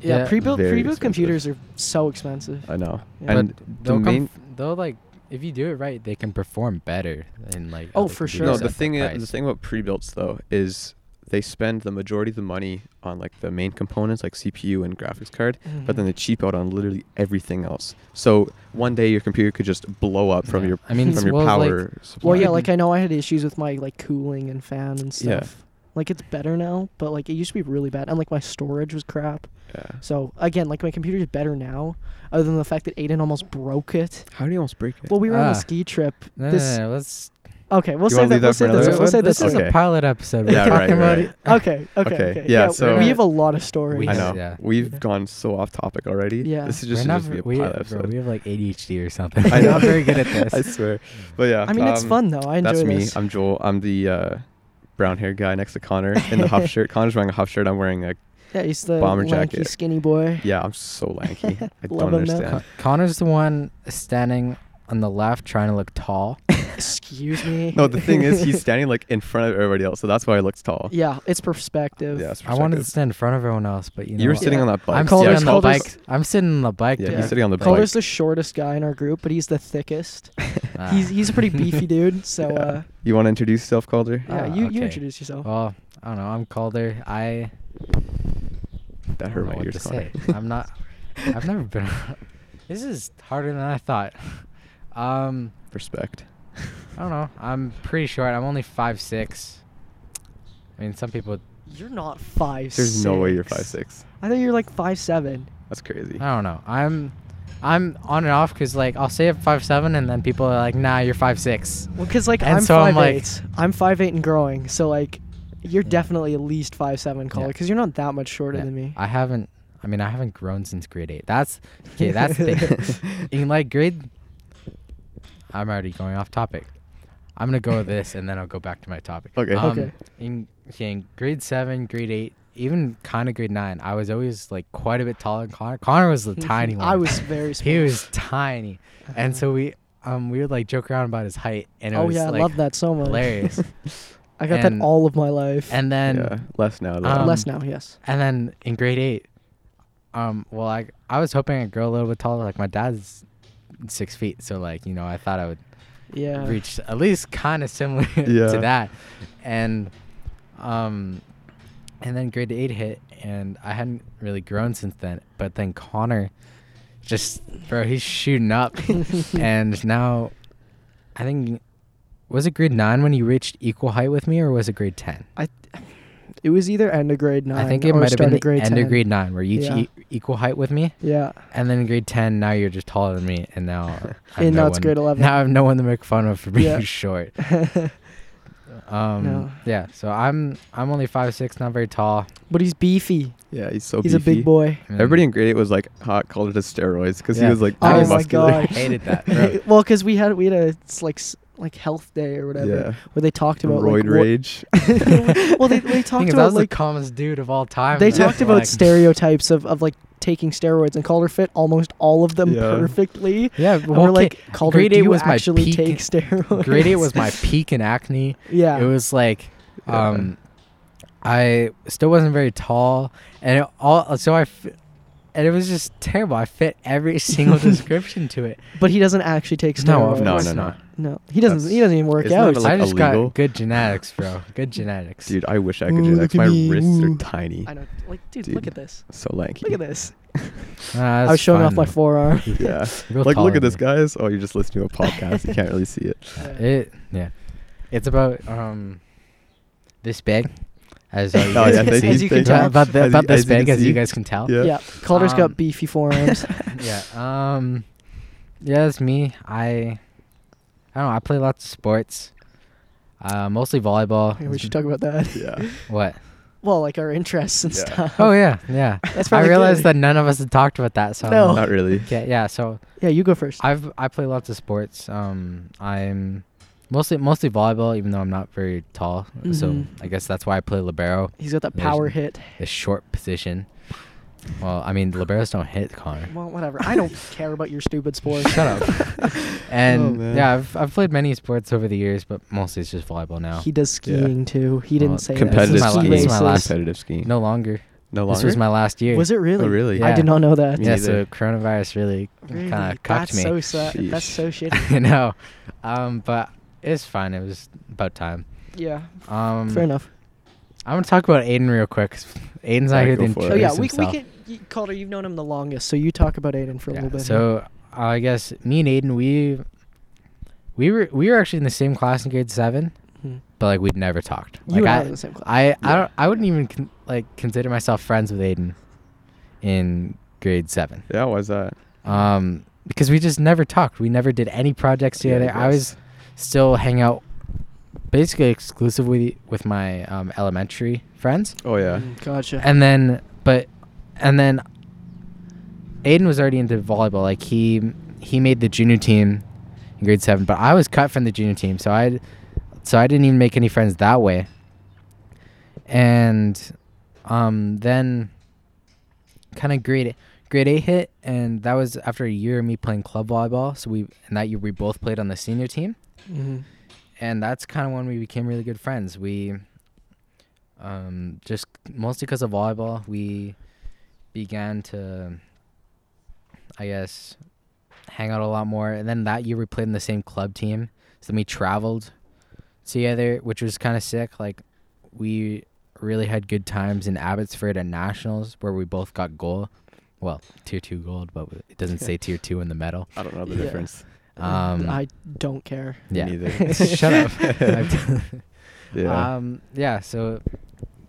Speaker 2: yeah,
Speaker 3: Yeah,
Speaker 2: pre-built
Speaker 1: very
Speaker 2: pre-built
Speaker 1: expensive.
Speaker 2: computers are so expensive.
Speaker 1: I know.
Speaker 2: Yeah.
Speaker 1: And
Speaker 3: but
Speaker 1: the
Speaker 3: they'll
Speaker 1: main
Speaker 3: come, they'll like if you do it right, they can perform better than like.
Speaker 2: Oh,
Speaker 3: other
Speaker 2: for sure.
Speaker 1: no,
Speaker 3: computers
Speaker 1: the
Speaker 3: at that
Speaker 1: thing i- the
Speaker 3: price.
Speaker 1: thing about pre-builts though is they spend the majority of the money on like the main components like CPU and graphics card, but then they cheap out on literally everything else. So one day your computer could just blow up from
Speaker 3: Yeah.
Speaker 1: your
Speaker 3: I mean,
Speaker 1: from
Speaker 3: as
Speaker 1: your
Speaker 3: well as, like-
Speaker 1: power supply.
Speaker 2: Well, yeah,
Speaker 3: Right.
Speaker 2: like I know I had issues with my like cooling and fan and stuff.
Speaker 1: Yeah.
Speaker 2: Like it's better now, but like it used to be really bad, and like my storage was crap.
Speaker 1: Yeah.
Speaker 2: So again, like my computer's better now, other than the fact that Aiden almost broke it.
Speaker 1: How do you almost break it?
Speaker 2: Well, we were on
Speaker 3: Ah.
Speaker 2: a ski trip.
Speaker 3: No, no,
Speaker 2: this-
Speaker 3: no, no, let's.
Speaker 2: Okay, we'll
Speaker 1: You
Speaker 2: say
Speaker 1: wanna
Speaker 2: that.
Speaker 1: leave
Speaker 2: We'll
Speaker 1: that for
Speaker 2: say
Speaker 1: another
Speaker 2: this. We'll say
Speaker 1: episode?
Speaker 2: this.
Speaker 3: This is
Speaker 2: for-
Speaker 1: Okay.
Speaker 3: a pilot episode. We're
Speaker 1: Yeah, right,
Speaker 3: talking
Speaker 1: right.
Speaker 3: about it.
Speaker 2: Okay. Okay.
Speaker 1: Okay,
Speaker 2: Okay.
Speaker 1: yeah,
Speaker 2: we-
Speaker 1: so-
Speaker 2: we have a lot of stories.
Speaker 1: I
Speaker 3: Yeah,
Speaker 1: know.
Speaker 3: yeah.
Speaker 1: We've
Speaker 2: Yeah.
Speaker 1: gone so off topic already.
Speaker 2: Yeah.
Speaker 1: This is
Speaker 3: We're
Speaker 1: just,
Speaker 3: not,
Speaker 1: supposed to
Speaker 3: ver-
Speaker 1: be a
Speaker 3: we,
Speaker 1: pilot
Speaker 3: bro,
Speaker 1: episode.
Speaker 3: we have like ADHD or something.
Speaker 1: I
Speaker 3: We're
Speaker 1: know.
Speaker 3: not very good at this.
Speaker 1: I swear. But yeah.
Speaker 2: I mean, it's
Speaker 1: um,
Speaker 2: fun though. I enjoy
Speaker 1: That's me.
Speaker 2: this.
Speaker 1: I'm Joel. I'm the uh, brown hair guy next to Connor in the huff shirt. Connor's wearing a huff shirt. I'm wearing a
Speaker 2: yeah, he's the
Speaker 1: bomber
Speaker 2: lanky,
Speaker 1: jacket.
Speaker 2: skinny boy.
Speaker 1: yeah. I'm so lanky. I
Speaker 2: Love
Speaker 1: don't
Speaker 2: him now.
Speaker 1: understand.
Speaker 3: Con- Connor's the one standing on the left trying to look tall.
Speaker 2: Excuse me.
Speaker 1: No, the thing is, he's standing like in front of everybody else, so that's why he looks tall.
Speaker 2: Yeah, it's perspective.
Speaker 1: Yeah, it's
Speaker 3: I wanted to
Speaker 1: perspective.
Speaker 3: stand in front of everyone else, but you know.
Speaker 1: You were
Speaker 3: what?
Speaker 1: sitting on that bike.
Speaker 3: I'm
Speaker 1: Yeah,
Speaker 3: sitting
Speaker 2: Calder's-
Speaker 3: on the
Speaker 2: Calder's-
Speaker 3: bike. I'm sitting on the bike.
Speaker 1: Yeah,
Speaker 3: dude.
Speaker 2: Yeah.
Speaker 1: he's sitting on the
Speaker 2: Calder's
Speaker 1: bike.
Speaker 2: the shortest guy in our group, but he's the thickest.
Speaker 3: Ah.
Speaker 2: He's he's a pretty beefy dude. So
Speaker 1: Yeah.
Speaker 2: uh,
Speaker 1: You want to introduce yourself, Calder?
Speaker 2: yeah,
Speaker 3: Ah,
Speaker 2: you, you
Speaker 3: okay.
Speaker 2: introduce yourself.
Speaker 3: Well, I don't know. I'm Calder. I. I
Speaker 1: That
Speaker 3: don't
Speaker 1: hurt
Speaker 3: know
Speaker 1: my
Speaker 3: what
Speaker 1: ears,
Speaker 3: to
Speaker 1: Connor.
Speaker 3: say. I'm not. I've never been. on- this is harder than I thought. Um,
Speaker 1: Respect.
Speaker 3: I don't know. I'm pretty short. I'm only five six. I mean, some people.
Speaker 2: You're not five.
Speaker 1: There's no way you're five
Speaker 2: six.
Speaker 1: six.
Speaker 2: I thought you're like five seven.
Speaker 1: That's crazy.
Speaker 3: I don't know. I'm. I'm on and off because like I'll say I'm five seven and then people are like, nah, you're five six.
Speaker 2: Well, because like
Speaker 3: And
Speaker 2: I'm
Speaker 3: so
Speaker 2: five
Speaker 3: I'm like-
Speaker 2: eight. I'm five eight and growing. So like, you're
Speaker 3: Yeah.
Speaker 2: definitely at least five seven, Caller,
Speaker 3: Yeah.
Speaker 2: because you're not that much shorter
Speaker 3: Yeah,
Speaker 2: than me.
Speaker 3: I haven't. I mean, I haven't grown since grade eight. That's okay. That's the thing. In like grade, I'm already going off topic. I'm gonna go with this, and then I'll go back to my topic.
Speaker 1: Okay.
Speaker 3: Um,
Speaker 2: Okay.
Speaker 3: In, okay, in grade seven, grade eight, even kind of grade nine, I was always like quite a bit taller than Connor. Connor was the tiny one.
Speaker 2: I was very small. Uh-huh.
Speaker 3: He was tiny, and so we um we would like joke around about his height, and it
Speaker 2: oh
Speaker 3: was
Speaker 2: yeah,
Speaker 3: like,
Speaker 2: I love that so much.
Speaker 3: hilarious.
Speaker 2: I got
Speaker 3: And-
Speaker 2: that all of my life.
Speaker 3: and then
Speaker 1: yeah, less now. Though.
Speaker 3: um,
Speaker 2: less now, yes.
Speaker 3: And then in grade eight, um, well, I I was hoping I'd grow a little bit taller. Like my dad's six feet, so like you know, I thought I would
Speaker 2: Yeah.
Speaker 3: reach at least kind of similar
Speaker 1: Yeah.
Speaker 3: to that. And um, and then grade eight hit, and I hadn't really grown since then. But then Connor, just bro, he's shooting up, and now, I think. Was it grade nine when you reached equal height with me, or was it grade ten?
Speaker 2: It was either end of grade nine.
Speaker 3: I think it
Speaker 2: or
Speaker 3: might have
Speaker 2: start
Speaker 3: been
Speaker 2: of grade
Speaker 3: the end
Speaker 2: 10.
Speaker 3: of grade nine, where you each
Speaker 2: Yeah.
Speaker 3: e- equal height with me.
Speaker 2: Yeah.
Speaker 3: And then in grade 10, now you're just taller than me. And now. I have
Speaker 2: And
Speaker 3: no
Speaker 2: now it's
Speaker 3: one-
Speaker 2: grade 11.
Speaker 3: Now I have no one to make fun of for being
Speaker 2: Yeah.
Speaker 3: short. Um,
Speaker 2: No.
Speaker 3: Yeah, so I'm I'm only five six, not very tall.
Speaker 2: But he's beefy.
Speaker 1: yeah, he's
Speaker 3: Oh,
Speaker 1: so
Speaker 2: he's a
Speaker 1: beefy.
Speaker 2: big boy.
Speaker 3: and-
Speaker 1: Everybody in grade eight was like hot Calder to steroids because
Speaker 3: Yeah.
Speaker 1: he was like
Speaker 2: Oh
Speaker 1: pretty
Speaker 2: my
Speaker 1: muscular.
Speaker 2: God.
Speaker 3: hated that. Bro.
Speaker 2: well, because we had we had a it's like s- like health day or whatever
Speaker 1: Yeah,
Speaker 2: where they talked about
Speaker 1: roid
Speaker 2: like, what-
Speaker 1: rage.
Speaker 2: well, they, they talked
Speaker 3: Think if that
Speaker 2: about
Speaker 3: was
Speaker 2: like
Speaker 3: the calmest dude of all time.
Speaker 2: they
Speaker 3: though,
Speaker 2: talked about
Speaker 3: like-
Speaker 2: stereotypes of, of like taking steroids and Calder fit almost all of them
Speaker 1: Yeah.
Speaker 2: perfectly.
Speaker 3: Yeah,
Speaker 2: And
Speaker 3: well,
Speaker 2: we're like,
Speaker 3: okay,
Speaker 2: Calder,
Speaker 3: grade
Speaker 2: do
Speaker 3: eight
Speaker 2: you
Speaker 3: was my
Speaker 2: actually
Speaker 3: peak-
Speaker 2: take steroids?
Speaker 3: grade eight was my peak in acne.
Speaker 2: yeah.
Speaker 3: It was like,
Speaker 1: Yeah.
Speaker 3: um, I still wasn't very tall, and it all so I, f- and it was just terrible. I fit every single description to it.
Speaker 2: but he doesn't actually take
Speaker 3: No,
Speaker 2: steroids.
Speaker 3: of
Speaker 1: No,
Speaker 3: course
Speaker 1: no, no.
Speaker 3: not.
Speaker 2: No, he doesn't.
Speaker 1: That's-
Speaker 2: he doesn't even work
Speaker 1: isn't that
Speaker 2: out.
Speaker 1: a- like,
Speaker 3: I just
Speaker 1: illegal?
Speaker 3: got good genetics, bro. Good genetics.
Speaker 1: Dude, I wish I could
Speaker 2: Ooh,
Speaker 1: do
Speaker 2: look
Speaker 1: that.
Speaker 2: at
Speaker 1: My
Speaker 2: me,
Speaker 1: wrists
Speaker 2: ooh.
Speaker 1: are tiny.
Speaker 2: I know. Like, dude,
Speaker 1: Dude.
Speaker 2: look at this.
Speaker 1: So lanky.
Speaker 2: Look at this.
Speaker 3: Ah,
Speaker 2: I was
Speaker 3: that's
Speaker 2: showing off
Speaker 3: fine,
Speaker 2: my
Speaker 3: though.
Speaker 2: forearm.
Speaker 1: Yeah.
Speaker 3: Real
Speaker 1: like, look at
Speaker 3: tolerant.
Speaker 1: this, guys. Oh, you're just listening to a podcast. you can't really see it.
Speaker 3: It yeah, it's about um, this big. As, uh, you
Speaker 1: Oh,
Speaker 3: guys
Speaker 1: yeah,
Speaker 3: can
Speaker 1: thank you,
Speaker 3: see.
Speaker 2: As you can
Speaker 1: thank you.
Speaker 2: tell.
Speaker 3: about, the,
Speaker 1: As
Speaker 3: about
Speaker 1: you-
Speaker 3: this
Speaker 1: as you can
Speaker 3: big as you
Speaker 1: see.
Speaker 3: guys can tell.
Speaker 1: Yeah.
Speaker 2: yeah. Calder's
Speaker 3: Um,
Speaker 2: got beefy forearms.
Speaker 3: yeah. Um. Yeah, that's me. I. I don't know. I play lots of sports. Uh, mostly volleyball.
Speaker 2: Okay, we should talk about that.
Speaker 1: Yeah.
Speaker 3: What?
Speaker 2: Well, like our interests and
Speaker 1: Yeah.
Speaker 2: stuff.
Speaker 3: Oh yeah, yeah.
Speaker 2: That's
Speaker 3: I
Speaker 2: probably
Speaker 3: realized
Speaker 2: good.
Speaker 3: that none of us had talked about that. So I'm
Speaker 2: No.
Speaker 3: like,
Speaker 1: Not really.
Speaker 3: okay, yeah. So
Speaker 2: Yeah, you go first.
Speaker 3: I've I play lots of sports. Um, I'm mostly mostly volleyball, even though I'm not very tall. So
Speaker 2: Mhm.
Speaker 3: I guess that's why I play libero,
Speaker 2: He's got that
Speaker 3: There's-
Speaker 2: power hit.
Speaker 3: the short position. Well, I mean, liberos don't hit, Connor.
Speaker 2: Well, whatever. I don't care about your stupid sport.
Speaker 3: Shut up.
Speaker 2: Oh,
Speaker 3: And
Speaker 1: man.
Speaker 3: yeah, I've I've played many sports over the years, but mostly it's just volleyball now.
Speaker 2: He does skiing too. He
Speaker 3: Well,
Speaker 2: didn't say
Speaker 1: competitive
Speaker 2: that. This is
Speaker 1: skiing.
Speaker 2: ski
Speaker 1: This is
Speaker 3: my
Speaker 2: races.
Speaker 3: last-
Speaker 1: Competitive skiing.
Speaker 3: No longer.
Speaker 1: no
Speaker 3: This was
Speaker 1: longer.
Speaker 3: my last year.
Speaker 2: Was it really?
Speaker 1: Oh, really?
Speaker 3: Yeah.
Speaker 2: I did not know that.
Speaker 1: Me
Speaker 3: yeah,
Speaker 1: neither.
Speaker 3: so coronavirus really
Speaker 2: Really?
Speaker 3: kind of cucked
Speaker 2: That's so
Speaker 3: me.
Speaker 2: sad. That's so shitty.
Speaker 3: I know, um, but it's fine. It was about time.
Speaker 2: Yeah,
Speaker 3: Um,
Speaker 2: fair enough.
Speaker 3: I'm gonna talk about Aiden real quick. 'cause Aiden's
Speaker 1: Yeah,
Speaker 3: not here to
Speaker 1: go for
Speaker 3: introduce
Speaker 1: it.
Speaker 2: Oh yeah, we, we
Speaker 3: himself.
Speaker 2: can. You, Calder, you've known him the longest, so you talk about Aiden for a
Speaker 3: Yeah,
Speaker 2: little bit.
Speaker 3: So uh, I guess me and Aiden, we we were we were actually in the same class in grade seven,
Speaker 2: Mhm.
Speaker 3: but like we'd never talked.
Speaker 2: you and I
Speaker 3: like
Speaker 2: were in the same class.
Speaker 3: I I, I
Speaker 1: Yeah.
Speaker 3: don't I wouldn't even con- like consider myself friends with Aiden in grade seven.
Speaker 1: Yeah, why's that?
Speaker 3: Um, because we just never talked. We never did any projects
Speaker 1: Yeah, I
Speaker 3: together. I was
Speaker 1: guess.
Speaker 3: still hang out basically exclusively with my um, elementary friends.
Speaker 1: Oh yeah.
Speaker 2: Mm, Gotcha.
Speaker 3: And then, but, and then, Aiden was already into volleyball. Like he he made the junior team in grade seven, but I was cut from the junior team, so I so I didn't even make any friends that way. And um, then, kind of grade grade eight hit, and that was after a year of me playing club volleyball. So we and that year we both played on the senior team
Speaker 2: Mhm.
Speaker 3: and that's kind of when we became really good friends. We, um, just mostly because of volleyball, we began to, I guess, hang out a lot more. And then that year we played in the same club team. So then we traveled together, which was kind of sick. Like, we really had good times in Abbotsford at nationals where we both got gold. Well, tier two gold, but it doesn't say tier two in the medal.
Speaker 1: I don't know the
Speaker 2: Yeah.
Speaker 1: difference.
Speaker 3: Um,
Speaker 2: I don't care.
Speaker 3: Yeah.
Speaker 1: Me neither.
Speaker 3: Shut up. I've-
Speaker 1: Yeah.
Speaker 3: Um, yeah, so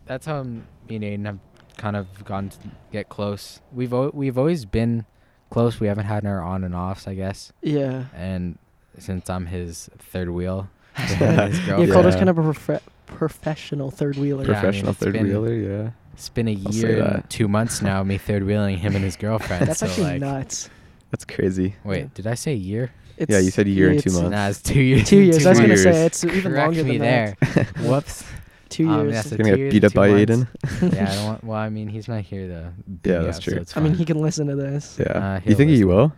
Speaker 3: that's how me and Aiden have kind of gone to get close. We've al- we've always been close. We haven't had our on and offs, I guess.
Speaker 2: Yeah.
Speaker 3: And since I'm his third wheel, his
Speaker 2: Yeah,
Speaker 1: Yeah.
Speaker 2: Calder's
Speaker 3: girlfriend,
Speaker 2: kind of a profe- professional third wheeler.
Speaker 3: Yeah, I mean,
Speaker 1: Professional
Speaker 3: it's
Speaker 1: third
Speaker 3: been-
Speaker 1: wheeler. Yeah.
Speaker 3: it's been a
Speaker 1: I'll say
Speaker 3: year and
Speaker 1: that.
Speaker 3: two months now. Me third wheeling him and his girlfriend.
Speaker 2: That's
Speaker 3: so
Speaker 2: actually
Speaker 3: like,
Speaker 2: nuts.
Speaker 1: That's crazy.
Speaker 3: Wait, did I say a year?
Speaker 2: It's,
Speaker 1: Yeah, you said a year and two
Speaker 2: it's
Speaker 1: months.
Speaker 3: Nah, it's two years.
Speaker 2: Two years. I was
Speaker 1: Two
Speaker 2: gonna say
Speaker 1: years.
Speaker 2: it's even
Speaker 3: Correct
Speaker 2: longer
Speaker 3: me
Speaker 2: than
Speaker 3: there.
Speaker 2: that.
Speaker 3: Whoops.
Speaker 2: Two
Speaker 3: Um,
Speaker 2: years.
Speaker 3: yeah, so
Speaker 1: Gonna
Speaker 3: two
Speaker 1: get
Speaker 3: years
Speaker 1: beat
Speaker 3: and
Speaker 1: up
Speaker 3: two
Speaker 1: by
Speaker 3: months.
Speaker 1: Aiden.
Speaker 3: yeah, I don't want, well, I mean, he's not here to. beat
Speaker 1: Yeah,
Speaker 3: me
Speaker 1: that's
Speaker 3: up,
Speaker 1: true.
Speaker 3: So it's
Speaker 2: I mean,
Speaker 3: fine.
Speaker 2: he can listen to this.
Speaker 1: Yeah.
Speaker 3: Uh,
Speaker 1: you
Speaker 3: he'll
Speaker 1: think he
Speaker 3: listen.
Speaker 1: will?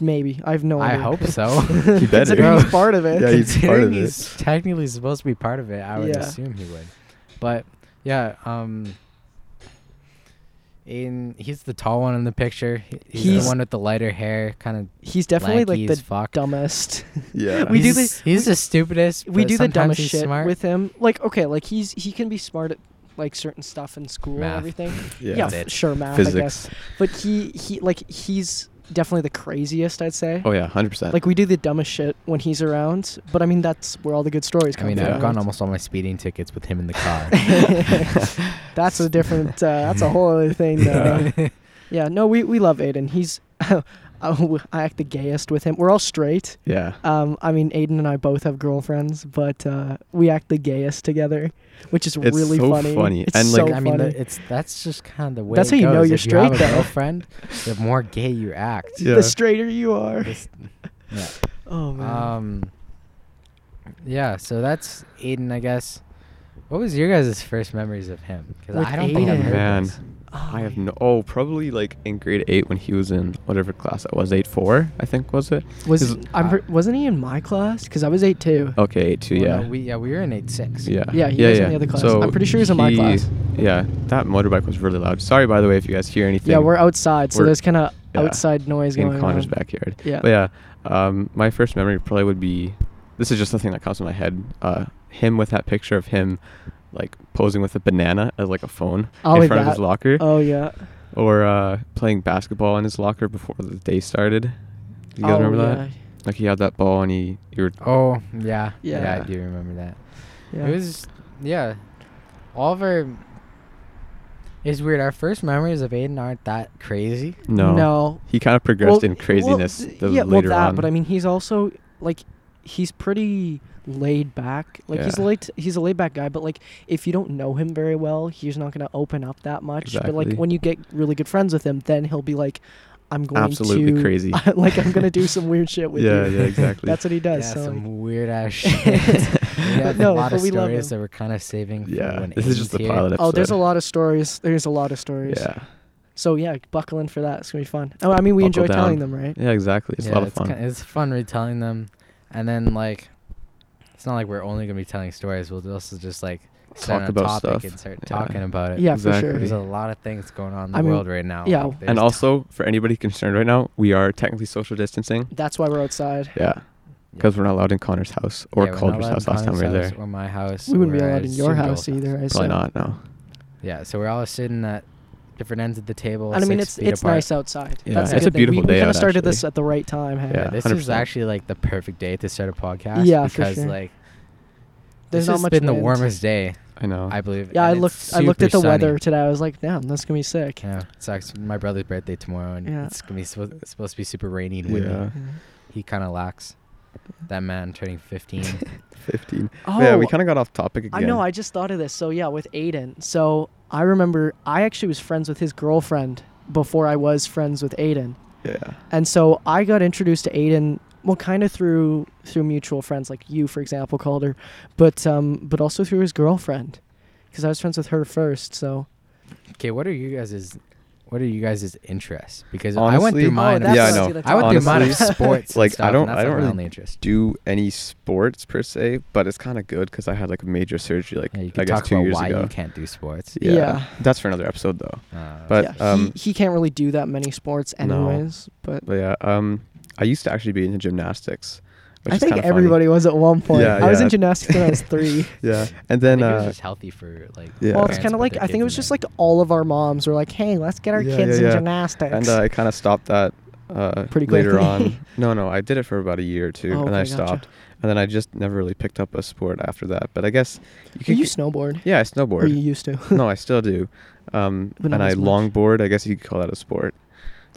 Speaker 2: Maybe. I have no
Speaker 3: I
Speaker 2: idea.
Speaker 3: hope so.
Speaker 1: He better.
Speaker 2: Considering he's part of it.
Speaker 1: Yeah, he's part
Speaker 3: Considering
Speaker 1: of
Speaker 3: he's
Speaker 1: it.
Speaker 3: technically supposed to be part of it, I would
Speaker 2: Yeah.
Speaker 3: assume he would. But yeah, um, in he's the tall one in the picture. He- He's,
Speaker 2: He's-
Speaker 3: the one with the lighter hair, kind of
Speaker 2: He's definitely
Speaker 3: lanky
Speaker 2: like the
Speaker 3: as fuck.
Speaker 2: dumbest.
Speaker 1: Yeah.
Speaker 2: We do
Speaker 3: he's,
Speaker 2: the-
Speaker 3: He's
Speaker 2: we-
Speaker 3: the stupidest.
Speaker 2: we
Speaker 3: but
Speaker 2: do the
Speaker 3: sometimes
Speaker 2: dumbest
Speaker 3: he's
Speaker 2: shit
Speaker 3: smart.
Speaker 2: with him. Like okay, like he's he can be smart at like certain stuff in school and
Speaker 3: Math.
Speaker 2: everything.
Speaker 1: Yeah.
Speaker 2: Yeah,
Speaker 3: That's
Speaker 2: f-
Speaker 3: it.
Speaker 2: sure math, I guess.
Speaker 1: Physics.
Speaker 2: But he he like he's definitely the craziest, I'd say.
Speaker 1: Oh yeah, hundred percent.
Speaker 2: Like we do the dumbest shit when he's around, but I mean that's where all the good stories
Speaker 3: I
Speaker 2: come
Speaker 3: mean,
Speaker 2: from.
Speaker 3: I've
Speaker 1: Yeah.
Speaker 3: gotten almost all my speeding tickets with him in the car.
Speaker 2: that's a different. Uh, that's a whole other thing. Though. yeah. No, we we love Aiden. He's. uh, I act the gayest with him. We're all straight.
Speaker 1: Yeah.
Speaker 2: Um, I mean, Aiden and I both have girlfriends, but uh, we act the gayest together, which is
Speaker 1: It's
Speaker 2: really
Speaker 1: so
Speaker 2: funny.
Speaker 1: funny.
Speaker 2: It's
Speaker 1: And,
Speaker 2: so
Speaker 1: like,
Speaker 3: I mean,
Speaker 2: funny.
Speaker 3: that- it's that's just kind of the way.
Speaker 2: That's
Speaker 3: it
Speaker 2: how you know
Speaker 3: goes.
Speaker 2: you're
Speaker 3: if You have a
Speaker 2: straight, though.
Speaker 3: girlfriend, the more gay you act.
Speaker 1: Yeah.
Speaker 2: the straighter you are.
Speaker 3: This- yeah.
Speaker 2: Oh man.
Speaker 3: Um. Yeah, so that's Aiden, I guess. What was your guys' first memories of him? Because
Speaker 2: With
Speaker 3: I don't think I've
Speaker 2: Aiden.
Speaker 3: heard
Speaker 1: Man.
Speaker 3: this.
Speaker 2: Oh,
Speaker 1: I have
Speaker 2: man.
Speaker 1: no. Oh, probably like in grade eight when he was in whatever class that was, eight four, I think was it.
Speaker 2: Was
Speaker 1: Is-
Speaker 2: I'm,
Speaker 3: uh,
Speaker 2: pre- wasn't he in my class? Because I was eight too.
Speaker 1: Okay, eight two.
Speaker 3: Well,
Speaker 1: Yeah.
Speaker 3: Oh, no, we, yeah, we were in eight six.
Speaker 1: yeah.
Speaker 2: Yeah, he
Speaker 1: yeah,
Speaker 2: was in the other class. I'm pretty sure he was in my
Speaker 1: he-
Speaker 2: class.
Speaker 1: Yeah, that motorbike was really loud. Sorry, by the way, if you guys hear anything.
Speaker 2: Yeah, we're outside, so
Speaker 1: We're-
Speaker 2: there's kind of
Speaker 1: yeah,
Speaker 2: outside noise
Speaker 1: in
Speaker 2: going
Speaker 1: Connor's
Speaker 2: on.
Speaker 1: backyard.
Speaker 2: Yeah.
Speaker 1: But yeah, um, my first memory probably would be, this is just the thing that comes to my head. Uh, him with that picture of him, like posing with a banana as like a phone
Speaker 2: Oh,
Speaker 1: in
Speaker 2: like
Speaker 1: front of his
Speaker 2: that.
Speaker 1: locker,
Speaker 2: Oh yeah.
Speaker 1: or uh, playing basketball in his locker before the day started. You guys
Speaker 2: oh,
Speaker 1: remember
Speaker 2: yeah.
Speaker 1: that? Like he had that ball and he you were
Speaker 3: Oh yeah,
Speaker 2: Yeah.
Speaker 3: yeah. I do remember that.
Speaker 2: Yeah.
Speaker 3: It was yeah. All of our. It's weird. Our first memories of Aiden aren't that crazy.
Speaker 1: no
Speaker 2: No.
Speaker 1: He kind of progressed
Speaker 2: Well,
Speaker 1: in craziness
Speaker 2: Well,
Speaker 1: the
Speaker 2: yeah,
Speaker 1: later
Speaker 2: well that,
Speaker 1: on.
Speaker 2: but I mean, he's also like, he's pretty laid back. Like he's
Speaker 1: Yeah.
Speaker 2: laid he's a laid back guy, but like if you don't know him very well, he's not gonna open up that much. But
Speaker 1: Exactly.
Speaker 2: like when you get really good friends with him, then he'll be like, I'm going
Speaker 1: Absolutely
Speaker 2: to
Speaker 1: crazy.
Speaker 2: like I'm gonna do some weird shit with
Speaker 1: yeah,
Speaker 2: you.
Speaker 1: yeah, exactly.
Speaker 2: That's what he does.
Speaker 3: yeah,
Speaker 2: so like,
Speaker 3: some weird ass shit. we have
Speaker 2: No,
Speaker 3: a lot
Speaker 2: but
Speaker 3: of
Speaker 2: we love
Speaker 3: stories
Speaker 2: him.
Speaker 3: that we're kind of saving. For
Speaker 1: yeah.
Speaker 3: when
Speaker 1: This is just the
Speaker 3: Aiden's here.
Speaker 1: pilot episode.
Speaker 2: oh, there's a lot of stories. There's a lot of stories.
Speaker 1: Yeah,
Speaker 2: So yeah, buckle in for that. It's gonna be fun. Oh, I mean, we
Speaker 1: Buckle
Speaker 2: enjoy
Speaker 1: down.
Speaker 2: telling them, right?
Speaker 1: yeah, exactly. It's a
Speaker 3: yeah,
Speaker 1: lot of
Speaker 3: it's
Speaker 1: fun.
Speaker 3: kin- it's fun retelling them, and then like, it's not like we're only gonna be telling stories. We'll also just like start
Speaker 1: Talk
Speaker 3: on a
Speaker 1: about
Speaker 3: topic
Speaker 1: stuff.
Speaker 3: and start
Speaker 1: Yeah.
Speaker 3: talking about it.
Speaker 2: Yeah,
Speaker 1: Exactly.
Speaker 2: for
Speaker 3: There's
Speaker 2: sure.
Speaker 3: a lot of things going on in the
Speaker 2: I mean,
Speaker 3: world right now.
Speaker 2: yeah.
Speaker 3: Like,
Speaker 1: and
Speaker 3: there's-
Speaker 1: also for anybody concerned right now, we are technically social distancing.
Speaker 2: That's why we're outside.
Speaker 1: Yeah, because we're not allowed in Connor's house or
Speaker 3: yeah, we're not
Speaker 1: Calder's
Speaker 3: allowed in
Speaker 1: house last time we were
Speaker 3: Connor's
Speaker 1: there.
Speaker 3: house Or my house.
Speaker 2: We wouldn't be
Speaker 3: or, uh,
Speaker 2: allowed in your
Speaker 3: Cinder's
Speaker 2: house either. I
Speaker 1: Probably
Speaker 2: assume.
Speaker 1: not. No.
Speaker 3: Yeah, so we're all sitting at different ends of the table.
Speaker 2: And I mean,
Speaker 3: six
Speaker 2: it's
Speaker 3: feet
Speaker 2: it's
Speaker 3: apart.
Speaker 2: nice outside.
Speaker 1: Yeah.
Speaker 2: That's
Speaker 1: It's
Speaker 2: a
Speaker 1: a
Speaker 2: good thing. We-
Speaker 1: beautiful
Speaker 2: We
Speaker 1: day
Speaker 2: kind of
Speaker 1: out,
Speaker 2: started
Speaker 1: actually.
Speaker 2: this at the right time. Hey?
Speaker 1: Yeah.
Speaker 3: This is
Speaker 1: 100%.
Speaker 3: actually like the perfect day to start a podcast.
Speaker 2: Yeah, for
Speaker 3: because
Speaker 2: sure.
Speaker 3: like
Speaker 2: There's
Speaker 3: this
Speaker 2: not
Speaker 3: has
Speaker 2: much
Speaker 3: been the
Speaker 2: wind.
Speaker 3: warmest day
Speaker 1: I know.
Speaker 3: I believe.
Speaker 2: Yeah, I
Speaker 3: and it's
Speaker 2: looked I looked at the
Speaker 3: super sunny.
Speaker 2: weather today. I was like, damn, that's gonna be sick.
Speaker 3: Yeah, it sucks. My brother's birthday tomorrow, and
Speaker 2: Yeah.
Speaker 3: it's gonna be suppo- it's supposed to be super rainy and windy.
Speaker 1: Yeah.
Speaker 3: He kind of lacks. That man turning 15.
Speaker 1: 15.
Speaker 2: Oh,
Speaker 1: yeah, we kind of got off topic again.
Speaker 2: I know. I just thought of this. So yeah, with Aiden. So I remember I actually was friends with his girlfriend before I was friends with Aiden.
Speaker 1: yeah.
Speaker 2: And so I got introduced to Aiden, well, kind of through through mutual friends like you, for example, Calder, but um, but also through his girlfriend, because I was friends with her first. So
Speaker 3: okay, what are you guys? What are you guys' interests? Because I went
Speaker 1: Honestly-
Speaker 3: through
Speaker 1: Oh,
Speaker 3: mine.
Speaker 2: that's
Speaker 1: yeah, I
Speaker 2: what I was
Speaker 1: know.
Speaker 2: gonna
Speaker 3: I went through mine of
Speaker 1: Honestly,
Speaker 3: sports. and
Speaker 1: like, I
Speaker 3: stuff, and
Speaker 1: don't-
Speaker 3: that's
Speaker 1: I
Speaker 3: not
Speaker 1: don't
Speaker 3: my
Speaker 1: really
Speaker 3: only interest.
Speaker 1: Do any sports per se, but it's kind of good because I had like major surgery like
Speaker 3: Yeah, you
Speaker 1: I
Speaker 3: can
Speaker 1: guess
Speaker 3: talk
Speaker 1: two
Speaker 3: about
Speaker 1: years
Speaker 3: why
Speaker 1: ago.
Speaker 3: you can't do sports.
Speaker 1: Yeah.
Speaker 2: Yeah.
Speaker 1: that's for another episode though.
Speaker 3: Uh,
Speaker 1: But,
Speaker 2: yeah,
Speaker 1: um,
Speaker 2: he, he can't really do that many sports
Speaker 1: No.
Speaker 2: anyways. But
Speaker 1: But yeah, um, I used to actually be into gymnastics. Which
Speaker 2: I
Speaker 1: is
Speaker 2: think
Speaker 1: kinda funny.
Speaker 2: everybody was at one point.
Speaker 1: Yeah,
Speaker 2: I was in
Speaker 1: yeah.
Speaker 2: gymnastics when I was three.
Speaker 1: Yeah, and
Speaker 3: I
Speaker 1: then
Speaker 3: think it was
Speaker 1: uh,
Speaker 3: just healthy for like.
Speaker 1: yeah.
Speaker 2: Well, it's
Speaker 3: parents
Speaker 2: kind
Speaker 3: to
Speaker 2: of
Speaker 3: put
Speaker 2: like
Speaker 3: their
Speaker 2: I think
Speaker 3: kids
Speaker 2: it was
Speaker 3: in
Speaker 2: just like all of our moms were like, "Hey, let's get our
Speaker 1: Yeah,
Speaker 2: kids
Speaker 1: yeah,
Speaker 2: in
Speaker 1: yeah.
Speaker 2: gymnastics."
Speaker 1: and uh, I kind of stopped that. Uh,
Speaker 2: Pretty
Speaker 1: later
Speaker 2: quickly.
Speaker 1: on. No, no, I did it for about a year or two,
Speaker 2: Oh,
Speaker 1: and I
Speaker 2: okay, gotcha.
Speaker 1: stopped. And then I just never really picked up a sport after that. But I guess you
Speaker 2: you
Speaker 1: could.
Speaker 2: snowboard,
Speaker 1: yeah, I
Speaker 2: or you
Speaker 1: snowboard.
Speaker 2: used to.
Speaker 1: no, I still do. Um,
Speaker 2: But
Speaker 1: and
Speaker 2: not
Speaker 1: I
Speaker 2: as much.
Speaker 1: longboard. I guess you could call that a sport.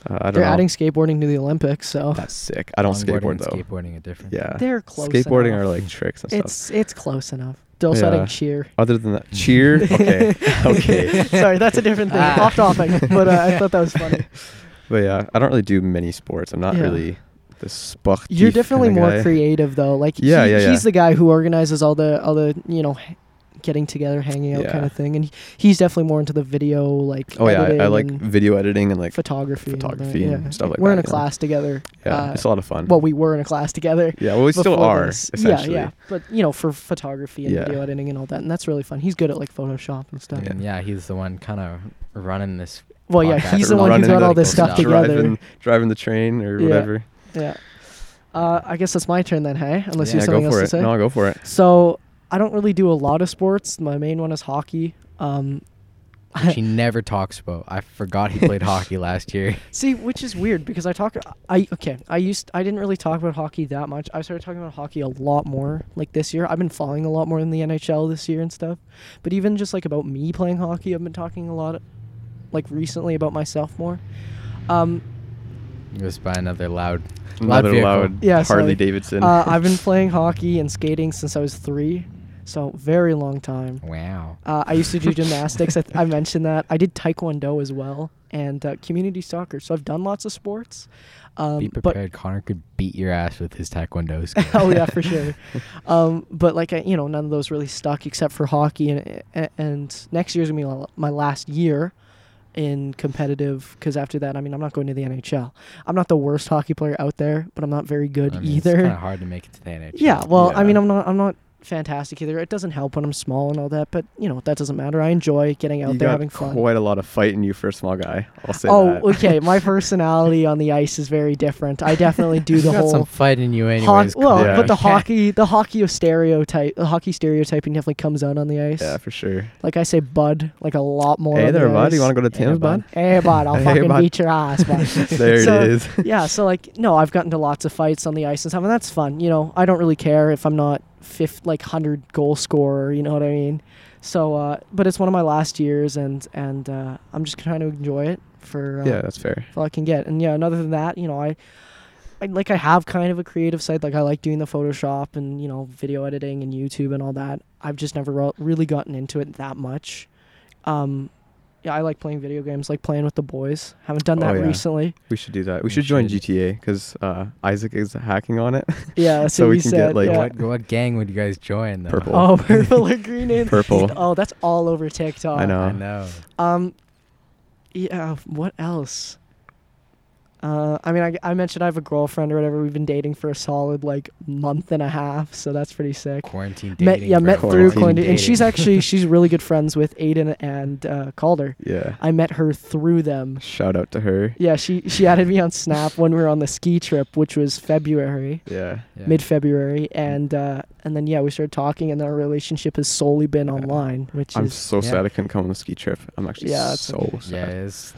Speaker 1: Uh, I don't
Speaker 2: They're
Speaker 1: know.
Speaker 2: adding skateboarding to the Olympics, so
Speaker 1: That's sick. I don't
Speaker 3: Longboarding and
Speaker 1: skateboard though.
Speaker 3: Skateboarding are different.
Speaker 1: Yeah.
Speaker 2: they're close.
Speaker 1: Skateboarding
Speaker 2: enough.
Speaker 1: are like tricks and stuff.
Speaker 2: It's it's close enough. Dulce
Speaker 1: Yeah.
Speaker 2: adding cheer.
Speaker 1: Other than that, cheer. Okay, okay.
Speaker 2: Sorry, that's a different thing.
Speaker 3: Ah.
Speaker 2: Off topic, but uh, I thought that was funny.
Speaker 1: But yeah, I don't really do many sports. I'm not
Speaker 2: Yeah.
Speaker 1: really the sporty.
Speaker 2: You're definitely
Speaker 1: kinda
Speaker 2: more
Speaker 1: guy.
Speaker 2: creative though. Like
Speaker 1: Yeah,
Speaker 2: he,
Speaker 1: yeah, yeah.
Speaker 2: he's the guy who organizes all the all the you know h- getting together, hanging out
Speaker 1: Yeah.
Speaker 2: kind of thing, and he- he's definitely more into the video like.
Speaker 1: Oh yeah, I, I
Speaker 2: editing
Speaker 1: like
Speaker 2: and
Speaker 1: video editing and like
Speaker 2: photography, and all that,
Speaker 1: photography and stuff like
Speaker 2: We're in
Speaker 1: that,
Speaker 2: a
Speaker 1: you know?
Speaker 2: class together.
Speaker 1: yeah,
Speaker 2: uh,
Speaker 1: it's a lot of fun.
Speaker 2: Well, we were in a class together.
Speaker 1: yeah, well, we still
Speaker 2: before
Speaker 1: are
Speaker 2: this.
Speaker 1: essentially.
Speaker 2: Yeah, yeah. But you know, for photography and
Speaker 1: Yeah.
Speaker 2: video editing and all that, and that's really fun. He's good at like Photoshop and stuff.
Speaker 3: And yeah, he's the one kind of running this.
Speaker 2: Well, yeah,
Speaker 3: Podcast.
Speaker 2: he's
Speaker 3: They're
Speaker 2: the one who
Speaker 1: Running
Speaker 2: got
Speaker 1: the-
Speaker 2: all this stuff
Speaker 3: cool stuff.
Speaker 2: together.
Speaker 1: Driving, driving the train or
Speaker 2: Yeah.
Speaker 1: whatever.
Speaker 2: Yeah. Uh, I guess it's my turn then, hey? Unless you
Speaker 1: yeah,
Speaker 2: have something
Speaker 1: go
Speaker 2: else
Speaker 1: for
Speaker 2: to
Speaker 1: it.
Speaker 2: say.
Speaker 1: No, go for it.
Speaker 2: So I don't really do a lot of sports. My main one is hockey. Um,
Speaker 3: Which he never talks about. I forgot he played hockey last year.
Speaker 2: see, which is weird because I talk. I okay. I used. I didn't really talk about hockey that much. I started talking about hockey a lot more. Like this year, I've been following a lot more in the NHL this year and stuff. But even just like about me playing hockey, I've been talking a lot, like recently about myself more. Um,
Speaker 3: He was by another loud.
Speaker 1: Another
Speaker 3: vehicle.
Speaker 1: loud
Speaker 2: Yeah, sorry.
Speaker 1: Harley Davidson.
Speaker 2: uh, I've been playing hockey and skating since I was three, so very long time.
Speaker 3: Wow.
Speaker 2: Uh, I used to do gymnastics. I, I mentioned that. I did taekwondo as well and uh, community soccer. So I've done lots of sports. Um,
Speaker 3: Be
Speaker 2: but
Speaker 3: prepared. Connor could beat your ass with his taekwondo skill.
Speaker 2: oh yeah, for sure. Um, but like I, you know, none of those really stuck except for hockey. And and, and next year's gonna be my- my last year in competitive because after that, I mean, I'm not going to the NHL. I'm not the worst hockey player out there, but I'm not very good
Speaker 3: I mean, It's
Speaker 2: either.
Speaker 3: kind of hard to make it to the NHL.
Speaker 2: Yeah, well, I
Speaker 1: Yeah.
Speaker 2: mean, I'm not, I'm not fantastic either. It doesn't help when I'm small and all that, but you know, that doesn't matter. I enjoy getting out
Speaker 1: you
Speaker 2: there,
Speaker 1: got
Speaker 2: having fun.
Speaker 1: quite a lot of fight in you for a small guy. I'll say
Speaker 2: oh,
Speaker 1: that.
Speaker 2: okay. My personality on the ice is very different. I definitely do
Speaker 3: You
Speaker 2: the
Speaker 3: got some
Speaker 2: whole
Speaker 3: fight in you,
Speaker 2: hockey.
Speaker 3: anyways.
Speaker 2: Well,
Speaker 1: Yeah.
Speaker 2: but the hockey, the hockey of stereotype, the hockey stereotyping definitely comes out on the ice.
Speaker 1: Yeah, for sure.
Speaker 2: Like I say, bud, like a lot more.
Speaker 1: hey
Speaker 2: on
Speaker 1: there,
Speaker 2: the
Speaker 1: bud. You
Speaker 2: ice.
Speaker 1: want to go to
Speaker 3: Hey,
Speaker 1: Tim's,
Speaker 3: bud.
Speaker 1: bud?
Speaker 2: Hey, bud, I'll
Speaker 1: Hey,
Speaker 2: fucking
Speaker 1: bud.
Speaker 2: beat your ass, bud.
Speaker 1: there
Speaker 2: So-
Speaker 1: it is.
Speaker 2: yeah, so like no, I've gotten to lots of fights on the ice and stuff, and that's fun. You know, I don't really care if I'm not fifth, like hundred goal scorer. You know what I mean? So, uh, but it's one of my last years, and and uh, I'm just trying to enjoy it for uh,
Speaker 1: Yeah, that's fair.
Speaker 2: for all I can get. And yeah, and other than that, you know, I I, like I have kind of a creative side. Like I like doing the Photoshop and you know video editing and YouTube and all that. I've just never re- really gotten into it that much. Um, yeah, I like playing video games, like playing with the boys. Haven't done
Speaker 1: Oh,
Speaker 2: that
Speaker 1: yeah.
Speaker 2: recently.
Speaker 1: We should do that. We
Speaker 3: We
Speaker 1: should join
Speaker 3: should.
Speaker 1: GTA because uh, Isaac is hacking on it.
Speaker 2: Yeah, that's
Speaker 1: So
Speaker 2: what
Speaker 1: we
Speaker 2: you
Speaker 1: can get,
Speaker 2: said.
Speaker 1: like,
Speaker 2: yeah.
Speaker 3: What what gang would you guys join though?
Speaker 1: Purple.
Speaker 2: Oh, purple or green and
Speaker 1: Purple.
Speaker 2: Oh, that's all over TikTok.
Speaker 1: I know.
Speaker 3: I know.
Speaker 2: Um, yeah. What else? Uh, I mean, I, I mentioned I have a girlfriend or whatever. We've been dating for a solid like month and a half, so that's pretty sick.
Speaker 3: Quarantine dating.
Speaker 2: Met, yeah,
Speaker 3: bro.
Speaker 2: met through
Speaker 1: Quarantine
Speaker 2: Coindy, and she's
Speaker 3: dating.
Speaker 2: actually she's really good friends with Aiden and uh, Calder.
Speaker 1: yeah.
Speaker 2: I met her through them.
Speaker 1: Shout out to her.
Speaker 2: Yeah, she she added me on Snap when we were on the ski trip, which was February,
Speaker 1: Yeah. Mm.
Speaker 3: Yeah.
Speaker 2: mid February, and uh, and then yeah, we started talking, and our relationship has solely been
Speaker 1: Yeah.
Speaker 2: online, which
Speaker 1: I'm
Speaker 2: is
Speaker 1: so
Speaker 3: Yeah.
Speaker 1: sad I couldn't come on the ski trip. I'm actually
Speaker 2: Yeah, it's
Speaker 1: so
Speaker 3: Yeah,
Speaker 1: sad.
Speaker 3: it's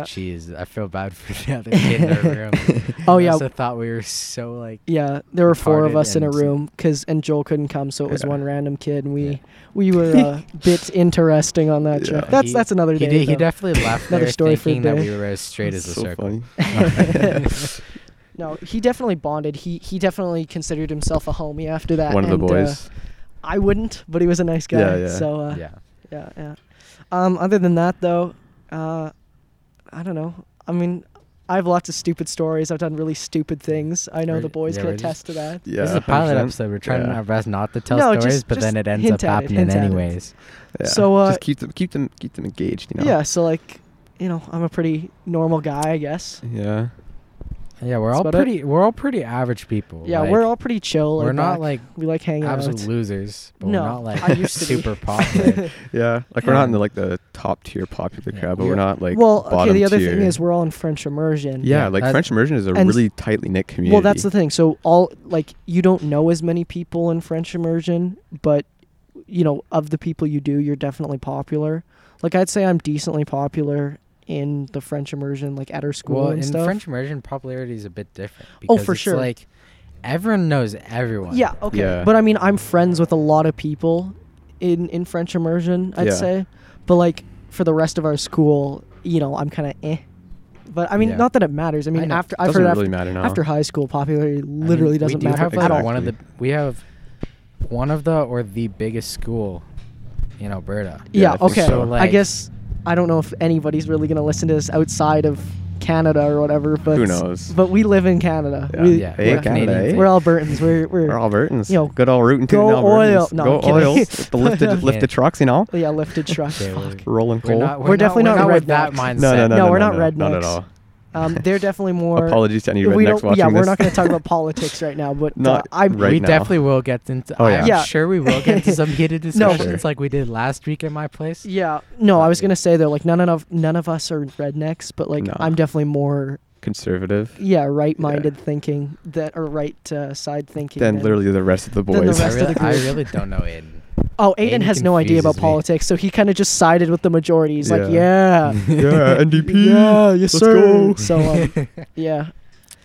Speaker 3: Jeez, I feel bad for the other kid in the room.
Speaker 2: Oh,
Speaker 3: I
Speaker 2: yeah.
Speaker 3: also thought we were so like.
Speaker 2: Yeah, there were four of
Speaker 3: Retarded
Speaker 2: us in a
Speaker 3: and-
Speaker 2: room because and Joel couldn't come, so it was
Speaker 1: Yeah.
Speaker 2: one random kid, and we
Speaker 3: Yeah.
Speaker 2: we were a bit interesting on that
Speaker 1: Yeah.
Speaker 2: trip. That's
Speaker 3: He-
Speaker 2: that's another
Speaker 3: He,
Speaker 2: day.
Speaker 3: did, he
Speaker 2: though.
Speaker 3: definitely left
Speaker 2: Another
Speaker 3: there
Speaker 2: story for a
Speaker 3: thinking that
Speaker 2: day.
Speaker 3: we were as straight as a
Speaker 1: so
Speaker 3: circle.
Speaker 1: funny.
Speaker 2: no, he definitely bonded. He he definitely considered himself a homie after that.
Speaker 1: One of the
Speaker 2: and, uh,
Speaker 1: boys.
Speaker 2: I wouldn't, but he was a nice guy.
Speaker 1: Yeah, yeah.
Speaker 2: So uh,
Speaker 3: yeah.
Speaker 2: yeah, yeah. Um, other than that though, uh, I don't know. I mean, I have lots of stupid stories. I've done really stupid things. I know
Speaker 3: We're-
Speaker 2: the boys
Speaker 3: yeah,
Speaker 2: can
Speaker 3: we're just-
Speaker 2: attest to that.
Speaker 1: yeah.
Speaker 3: this is a pilot
Speaker 1: 100%.
Speaker 3: episode. We're trying
Speaker 1: Yeah.
Speaker 3: our best not to tell
Speaker 2: No, just-
Speaker 3: stories, but then
Speaker 2: just
Speaker 3: it ends
Speaker 2: hint
Speaker 3: up
Speaker 2: at it,
Speaker 3: happening
Speaker 2: hint at it.
Speaker 3: anyways.
Speaker 1: Yeah.
Speaker 2: So, uh,
Speaker 1: just keep them, keep them, keep them engaged. You know.
Speaker 2: Yeah. So like, you know, I'm a pretty normal guy, I guess.
Speaker 1: Yeah.
Speaker 3: Yeah, we're
Speaker 2: That's
Speaker 3: all
Speaker 2: about it.
Speaker 3: pretty. We're all pretty average people.
Speaker 2: Yeah,
Speaker 3: Like,
Speaker 2: we're all pretty chill.
Speaker 3: We're not
Speaker 2: back.
Speaker 3: like
Speaker 2: we like hanging
Speaker 3: absolute
Speaker 2: out.
Speaker 3: losers, but
Speaker 2: No,
Speaker 3: we're not
Speaker 2: I
Speaker 3: like
Speaker 2: used to be.
Speaker 3: super popular.
Speaker 1: Yeah. Like we're not in the
Speaker 3: Yeah.
Speaker 1: like the top tier popular
Speaker 3: Yeah.
Speaker 1: crowd, but
Speaker 3: Yeah.
Speaker 1: we're not like
Speaker 2: well, okay.
Speaker 1: bottom
Speaker 2: The other
Speaker 1: tier.
Speaker 2: thing is we're all in French immersion.
Speaker 1: yeah,
Speaker 3: Yeah,
Speaker 1: like
Speaker 3: that-
Speaker 1: French immersion is a
Speaker 2: and s-
Speaker 1: really tightly knit community.
Speaker 2: Well, that's the thing. So all like you don't know as many people in French immersion, but you know of the people you do, you're definitely popular. Like I'd say I'm decently popular in the French immersion, like at our school
Speaker 3: well,
Speaker 2: and
Speaker 3: in
Speaker 2: stuff.
Speaker 3: French immersion, popularity is a bit different.
Speaker 2: Oh,
Speaker 3: because
Speaker 2: for
Speaker 3: it's
Speaker 2: sure.
Speaker 3: Like everyone knows everyone.
Speaker 2: yeah. Okay.
Speaker 1: Yeah.
Speaker 2: But I mean, I'm friends with a lot of people in in French immersion. I'd
Speaker 1: Yeah.
Speaker 2: say, but like for the rest of our school, you know, I'm kind of eh. But I mean,
Speaker 3: Yeah.
Speaker 2: not that it matters. I mean,
Speaker 3: know.
Speaker 2: after I've
Speaker 1: doesn't
Speaker 2: heard
Speaker 1: really
Speaker 2: after,
Speaker 1: matter now.
Speaker 2: after high school, popularity literally
Speaker 3: I mean,
Speaker 2: doesn't
Speaker 3: we do
Speaker 2: matter
Speaker 3: have
Speaker 2: at
Speaker 3: like
Speaker 2: all.
Speaker 3: one of the we have one of the or the biggest school in Alberta.
Speaker 1: Yeah,
Speaker 2: Yeah,
Speaker 1: I think
Speaker 2: okay.
Speaker 1: so.
Speaker 2: I
Speaker 3: Like-
Speaker 2: guess I don't know if anybody's really going to listen to this outside of Canada or whatever, but
Speaker 1: Who knows?
Speaker 2: But we live in Canada.
Speaker 1: Yeah.
Speaker 2: We,
Speaker 3: Yeah,
Speaker 1: Hey,
Speaker 2: we're,
Speaker 3: we're Canada,
Speaker 1: Canada,
Speaker 3: Canadians,
Speaker 1: eh?
Speaker 3: eh?
Speaker 2: we're Albertans. We're we're,
Speaker 1: We're Albertans.
Speaker 2: Yo,
Speaker 1: good old rootin'
Speaker 2: go
Speaker 1: tootin' Albertans.
Speaker 2: oil. No,
Speaker 1: go
Speaker 2: I'm kidding.
Speaker 1: oils. the lifted, lifted trucks, you know?
Speaker 2: oh, yeah, lifted truck.
Speaker 3: Okay, we're-
Speaker 2: Fuck.
Speaker 1: Rolling
Speaker 3: We're,
Speaker 1: coal.
Speaker 3: not,
Speaker 2: We're definitely
Speaker 3: not,
Speaker 2: not
Speaker 3: we're with that
Speaker 2: rednecks.
Speaker 3: mindset.
Speaker 1: no, no, no,
Speaker 2: no, we're not
Speaker 1: Not at
Speaker 2: rednecks.
Speaker 1: all.
Speaker 2: Um, they're definitely more.
Speaker 1: Apologies to any
Speaker 2: we
Speaker 1: rednecks
Speaker 2: don't,
Speaker 1: watching
Speaker 2: yeah, we're
Speaker 1: this.
Speaker 2: not going to talk about politics right now, but uh,
Speaker 1: Not
Speaker 2: I'm
Speaker 1: right
Speaker 3: we
Speaker 1: now.
Speaker 3: definitely will get into.
Speaker 1: Oh, yeah.
Speaker 3: I'm
Speaker 2: Yeah.
Speaker 3: sure we will get into some heated
Speaker 2: No.
Speaker 3: discussions like we did last week at my place.
Speaker 2: Yeah, no, I was
Speaker 3: Okay.
Speaker 2: gonna say though, like none of none of us are rednecks, but like
Speaker 1: No.
Speaker 2: I'm definitely more
Speaker 1: Conservative.
Speaker 2: yeah right-minded thinking that or right uh, side thinking.
Speaker 1: Then
Speaker 2: than-
Speaker 1: literally the rest of the
Speaker 2: Then the
Speaker 1: boys.
Speaker 3: I
Speaker 2: rest of
Speaker 3: really,
Speaker 2: the
Speaker 3: I
Speaker 2: group.
Speaker 3: really don't know Aiden.
Speaker 2: Oh, Aiden
Speaker 3: Aiden
Speaker 2: has no idea about
Speaker 3: confuses me.
Speaker 2: politics, so he kind of just sided with the majority. He's like, yeah,
Speaker 1: yeah, NDP.
Speaker 2: yeah, yes
Speaker 1: Let's
Speaker 2: sir.
Speaker 1: go.
Speaker 2: So um, yeah,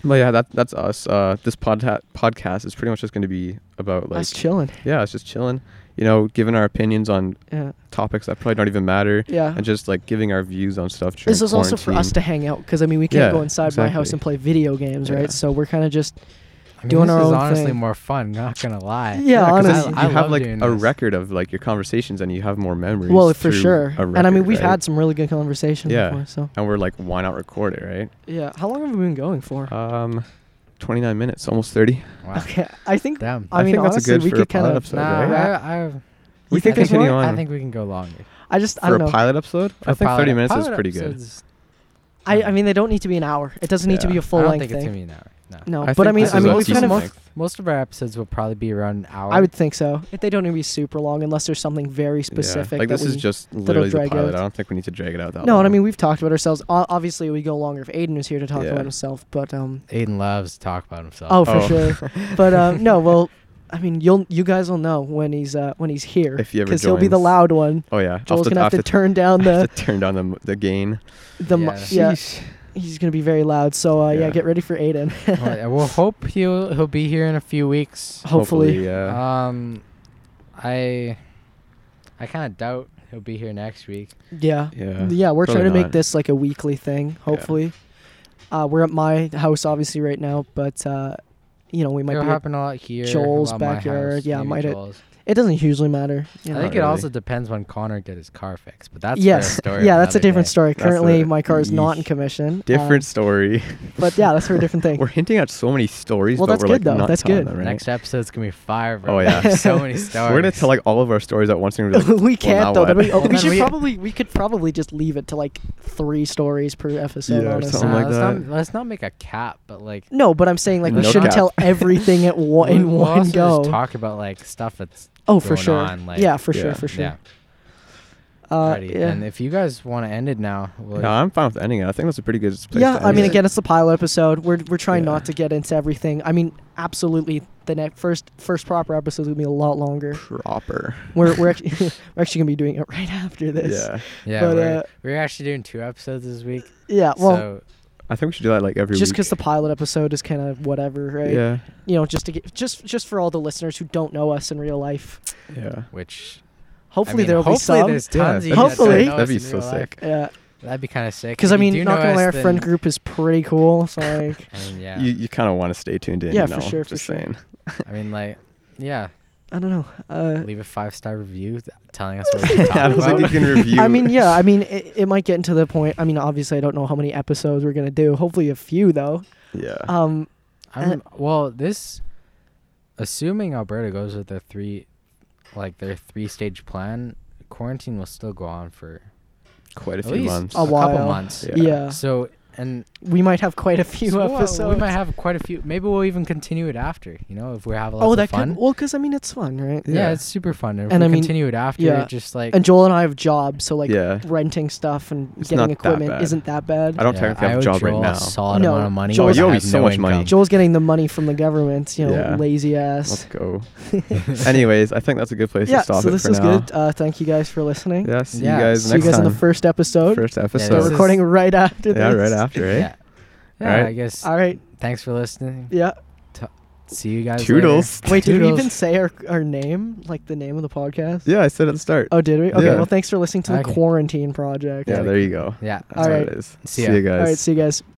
Speaker 1: But yeah, that, that's us. Uh, this podha- podcast is pretty much just going to be about like,
Speaker 2: that's chilling.
Speaker 1: yeah, it's just chilling. You know, giving our opinions on
Speaker 2: Yeah,
Speaker 1: topics that probably don't even matter,
Speaker 2: yeah.
Speaker 1: and just like giving our views on stuff. During
Speaker 2: This is also for us
Speaker 1: quarantine.
Speaker 2: to hang out because I mean we can't
Speaker 1: Yeah,
Speaker 2: go inside my house
Speaker 1: exactly.
Speaker 2: and play video games,
Speaker 1: Yeah.
Speaker 2: right? So we're kind of just
Speaker 3: I mean,
Speaker 2: Doing
Speaker 3: this
Speaker 2: our
Speaker 3: is
Speaker 2: own
Speaker 3: honestly
Speaker 2: thing.
Speaker 3: more fun. Not gonna lie.
Speaker 2: Yeah,
Speaker 1: 'cause
Speaker 2: honestly.
Speaker 1: it's-
Speaker 2: I-
Speaker 1: you
Speaker 3: I
Speaker 1: have
Speaker 3: love
Speaker 1: like
Speaker 3: doing
Speaker 1: a
Speaker 3: this.
Speaker 1: record of like your conversations, and you have more memories.
Speaker 2: well for
Speaker 1: through
Speaker 2: sure.
Speaker 1: a
Speaker 2: and I mean
Speaker 1: record,
Speaker 2: we've
Speaker 1: right?
Speaker 2: had some really good conversations
Speaker 1: Yeah.
Speaker 2: before. So
Speaker 1: and we're like, why not record it, right?
Speaker 2: yeah, how long have we been going for?
Speaker 1: Um, 29 minutes, almost 30.
Speaker 3: Wow.
Speaker 2: okay, I think
Speaker 3: Damn.
Speaker 2: I
Speaker 1: I
Speaker 2: mean
Speaker 1: think that's a
Speaker 2: honestly
Speaker 1: good
Speaker 2: we
Speaker 1: for a
Speaker 2: could kind
Speaker 1: pilot
Speaker 2: of
Speaker 1: episode,
Speaker 3: Nah,
Speaker 1: right?
Speaker 3: I, I,
Speaker 1: We can
Speaker 3: I think we're-
Speaker 1: continue
Speaker 3: I
Speaker 1: on.
Speaker 3: think we can go longer.
Speaker 2: I just I
Speaker 1: for
Speaker 2: don't
Speaker 1: a
Speaker 2: know.
Speaker 1: pilot episode,
Speaker 3: For
Speaker 1: I think
Speaker 3: pilot-
Speaker 1: 30 minutes is
Speaker 3: pilot
Speaker 1: pretty good.
Speaker 3: episodes,
Speaker 2: I I mean they don't need to be an hour. It doesn't need to
Speaker 1: Yeah.
Speaker 2: be a
Speaker 1: I
Speaker 2: full
Speaker 3: I don't
Speaker 2: length
Speaker 3: think it's
Speaker 2: thing.
Speaker 3: gonna be an hour. No.
Speaker 2: No,
Speaker 1: I
Speaker 2: but
Speaker 1: think
Speaker 2: I mean
Speaker 1: this
Speaker 2: I
Speaker 1: is
Speaker 2: mean
Speaker 1: a
Speaker 2: we've kind
Speaker 1: decent
Speaker 2: of
Speaker 1: length.
Speaker 3: Most of our episodes will probably be around an hour.
Speaker 2: I would think so. If they don't need to be super long, unless there's something very
Speaker 1: Yeah,
Speaker 2: specific.
Speaker 1: Like
Speaker 2: that
Speaker 1: this is
Speaker 2: we-
Speaker 1: just literally the
Speaker 2: drag
Speaker 1: pilot.
Speaker 2: out.
Speaker 1: I don't think we need to drag it out that
Speaker 2: no,
Speaker 1: long.
Speaker 2: and I mean we've talked about ourselves. O- obviously, we go longer if Aiden was here to talk
Speaker 1: Yeah.
Speaker 2: about himself. But um,
Speaker 3: Aiden loves to talk about himself.
Speaker 2: oh, for
Speaker 1: Oh.
Speaker 2: sure. But um, no, well, I mean you'll you guys will know when he's uh when he's here
Speaker 1: If he ever
Speaker 2: he'll be the
Speaker 1: joins.
Speaker 2: loud one.
Speaker 1: oh yeah,
Speaker 2: Joel's
Speaker 1: I'll
Speaker 2: gonna
Speaker 1: I'll
Speaker 2: have to,
Speaker 1: t-
Speaker 2: turn down
Speaker 1: I'll
Speaker 2: the
Speaker 1: have to turn down the m- the gain.
Speaker 2: the mi-
Speaker 3: Yeah.
Speaker 2: yeah. He's gonna be very loud. So uh, yeah.
Speaker 1: Yeah.
Speaker 2: get ready for Aiden.
Speaker 3: Well, yeah, we'll hope he'll he'll be here in a few weeks.
Speaker 2: Hopefully, Uh,
Speaker 1: yeah.
Speaker 3: Um, I I kind of doubt he'll be here next week.
Speaker 2: yeah,
Speaker 1: yeah.
Speaker 2: yeah. We're
Speaker 1: probably
Speaker 2: trying to make
Speaker 1: not.
Speaker 2: this like a weekly thing. Hopefully, Uh, we're at my house, obviously, right now, but uh, you know we might
Speaker 3: It'll
Speaker 2: be. at-
Speaker 3: happen a lot here.
Speaker 2: Joel's
Speaker 3: a lot at my
Speaker 2: backyard,
Speaker 3: house,
Speaker 2: yeah,
Speaker 3: maybe
Speaker 2: might it-
Speaker 3: Joel's.
Speaker 2: It doesn't hugely matter. you
Speaker 3: I
Speaker 2: know.
Speaker 3: think
Speaker 1: Not
Speaker 3: it
Speaker 1: really.
Speaker 3: also depends when Connor get his car fixed, but that's for a
Speaker 2: yes,
Speaker 3: story
Speaker 2: yeah, that's a
Speaker 3: another
Speaker 2: different
Speaker 3: day.
Speaker 2: story.
Speaker 1: That's
Speaker 2: Currently,
Speaker 1: a-
Speaker 2: my car is not in
Speaker 1: Yeesh.
Speaker 2: commission. um,
Speaker 1: Different story.
Speaker 2: but yeah, that's for a different thing.
Speaker 1: We're hinting at so many stories,
Speaker 2: Well,
Speaker 1: but
Speaker 2: that's
Speaker 1: we're
Speaker 2: good,
Speaker 1: like
Speaker 2: though.
Speaker 1: not
Speaker 2: That's
Speaker 1: telling
Speaker 2: good.
Speaker 1: them, right?
Speaker 3: Next episode's gonna be fire, bro.
Speaker 1: Oh, yeah.
Speaker 3: so many stories.
Speaker 1: We're gonna tell like all of our stories at once, and we're like,
Speaker 2: we
Speaker 1: now
Speaker 2: can't though.
Speaker 1: what?
Speaker 2: Then we, oh,
Speaker 1: Well,
Speaker 2: we
Speaker 3: then
Speaker 2: should
Speaker 3: we-
Speaker 2: probably we could probably just leave it to like three stories per episode.
Speaker 1: Yeah, or
Speaker 2: honestly.
Speaker 1: something
Speaker 3: Nah,
Speaker 1: like
Speaker 3: let's
Speaker 1: that.
Speaker 3: Not, let's not make a cap, but like
Speaker 2: No, but I'm saying like we
Speaker 1: No
Speaker 2: shouldn't
Speaker 1: cap.
Speaker 2: tell everything at one
Speaker 3: we'll-
Speaker 2: in
Speaker 3: we'll
Speaker 2: one
Speaker 3: also
Speaker 2: go.
Speaker 3: Just talk about like stuff that's
Speaker 2: oh, for
Speaker 3: going
Speaker 2: sure.
Speaker 3: on, like-
Speaker 2: yeah, for sure,
Speaker 1: Yeah.
Speaker 2: for sure.
Speaker 3: yeah.
Speaker 2: Uh,
Speaker 3: already.
Speaker 2: yeah.
Speaker 3: And if you guys want to end it now, we'll,
Speaker 1: No, I'm fine with ending it. I think that's a pretty good place.
Speaker 2: Yeah,
Speaker 1: to
Speaker 2: I
Speaker 1: end
Speaker 2: mean,
Speaker 1: it.
Speaker 2: again, it's the pilot episode. We're, we're trying
Speaker 1: Yeah.
Speaker 2: not to get into everything. I mean, absolutely, the next first first proper episode is gonna be a lot longer.
Speaker 1: proper.
Speaker 2: We're we're actually, we're actually gonna be doing it right after this.
Speaker 1: Yeah,
Speaker 3: yeah,
Speaker 2: but,
Speaker 3: we're,
Speaker 2: uh,
Speaker 3: we're actually doing two episodes this week.
Speaker 2: Yeah, well,
Speaker 3: so
Speaker 1: I think we should do that like every
Speaker 2: just
Speaker 1: week.
Speaker 2: because the pilot episode is kind of whatever, right?
Speaker 1: Yeah,
Speaker 2: You know, just to get just just for all the listeners who don't know us in real life.
Speaker 1: yeah.
Speaker 3: which
Speaker 2: Hopefully
Speaker 3: I mean,
Speaker 2: there'll
Speaker 3: hopefully
Speaker 2: be
Speaker 3: there's
Speaker 2: some.
Speaker 1: Yeah, that'd
Speaker 3: tons of
Speaker 1: be
Speaker 3: you guys
Speaker 2: Hopefully.
Speaker 3: that know
Speaker 1: that'd
Speaker 3: us
Speaker 1: be
Speaker 3: in
Speaker 1: so
Speaker 3: real life.
Speaker 1: sick.
Speaker 2: Yeah,
Speaker 3: That'd be kind of sick.
Speaker 2: because I
Speaker 3: If you
Speaker 2: mean,
Speaker 3: do
Speaker 2: not
Speaker 3: know
Speaker 2: gonna lie,
Speaker 3: us,
Speaker 2: our friend
Speaker 3: then-
Speaker 2: group is pretty cool. So like,
Speaker 3: I mean, yeah,
Speaker 1: You you kind of want to stay tuned in.
Speaker 2: Yeah,
Speaker 1: you
Speaker 2: for
Speaker 1: know?
Speaker 2: sure, for
Speaker 1: Just
Speaker 2: sure.
Speaker 1: saying.
Speaker 3: I mean, like, yeah.
Speaker 2: I don't know. Uh,
Speaker 3: Leave a five star review th- telling us what we're
Speaker 1: I
Speaker 3: talking
Speaker 1: don't think you
Speaker 3: about.
Speaker 1: can review.
Speaker 2: I mean, yeah. I mean, it, it might get into the point. I mean, obviously, I don't know how many episodes we're gonna do. Hopefully, a few though.
Speaker 1: yeah.
Speaker 2: Um,
Speaker 3: I'm, well, this, assuming Alberta goes with their three, like their three stage plan, quarantine will still go on for
Speaker 1: Quite a
Speaker 3: at
Speaker 1: few
Speaker 3: least
Speaker 1: months.
Speaker 2: A
Speaker 3: a couple
Speaker 2: while.
Speaker 3: months.
Speaker 1: Yeah.
Speaker 2: yeah.
Speaker 3: So and
Speaker 2: we might have quite a few
Speaker 3: so, uh,
Speaker 2: episodes.
Speaker 3: we might have quite a few. Maybe we'll even continue it after. You know, if we have a lot
Speaker 2: oh,
Speaker 3: of
Speaker 2: that
Speaker 3: fun.
Speaker 2: could. Well, because I mean, it's fun, right?
Speaker 3: yeah.
Speaker 1: yeah.
Speaker 3: it's super fun. And, if
Speaker 2: And
Speaker 3: we
Speaker 2: I mean-
Speaker 3: continue it after.
Speaker 2: yeah.
Speaker 3: Just like
Speaker 2: And Joel and I have jobs, so like
Speaker 1: yeah.
Speaker 2: renting stuff and
Speaker 1: It's
Speaker 2: getting
Speaker 1: not that
Speaker 2: equipment
Speaker 1: bad.
Speaker 2: isn't that bad.
Speaker 1: I don't
Speaker 3: yeah,
Speaker 1: technically have
Speaker 3: owe
Speaker 1: a job
Speaker 3: Joel
Speaker 1: right now. Oh,
Speaker 3: A solid
Speaker 2: No,
Speaker 3: amount of money.
Speaker 2: Joel-
Speaker 3: but
Speaker 2: You
Speaker 3: I
Speaker 1: owe me
Speaker 3: have
Speaker 1: so
Speaker 3: no
Speaker 1: much
Speaker 3: income.
Speaker 1: money.
Speaker 2: Joel's getting the money from the government. You know,
Speaker 1: Yeah.
Speaker 2: lazy ass.
Speaker 1: Let's go. Anyways, I think that's a good place
Speaker 2: yeah.
Speaker 1: to stop
Speaker 2: So
Speaker 1: it
Speaker 2: this
Speaker 1: for
Speaker 2: is
Speaker 1: now.
Speaker 2: good. Uh, thank you guys for listening.
Speaker 1: Yeah. See
Speaker 3: Yeah,
Speaker 1: you guys
Speaker 2: See you
Speaker 1: next
Speaker 2: guys
Speaker 1: time.
Speaker 2: in the first episode.
Speaker 1: First
Speaker 3: Yeah,
Speaker 2: We're
Speaker 3: this
Speaker 1: episode.
Speaker 2: recording right after
Speaker 1: Yeah,
Speaker 2: this.
Speaker 1: right after, right?
Speaker 3: Yeah.
Speaker 1: All
Speaker 3: Yeah,
Speaker 1: right.
Speaker 3: I guess.
Speaker 2: All right.
Speaker 3: Thanks for listening.
Speaker 2: Yeah.
Speaker 3: See you guys. later.
Speaker 1: Toodles.
Speaker 2: Wait, did we
Speaker 3: Toodles.
Speaker 2: even say our, our name? Like the name of the podcast?
Speaker 1: Yeah, I said at the start.
Speaker 2: Oh, did we? Okay.
Speaker 1: Yeah.
Speaker 2: Well, thanks for listening to the
Speaker 3: Okay.
Speaker 2: Quarantine Project.
Speaker 1: Yeah,
Speaker 3: we-
Speaker 1: there you go.
Speaker 3: Yeah.
Speaker 1: That's what
Speaker 2: Alright.
Speaker 1: it is.
Speaker 3: See
Speaker 1: See
Speaker 3: ya.
Speaker 1: you guys.
Speaker 2: All right. See you guys.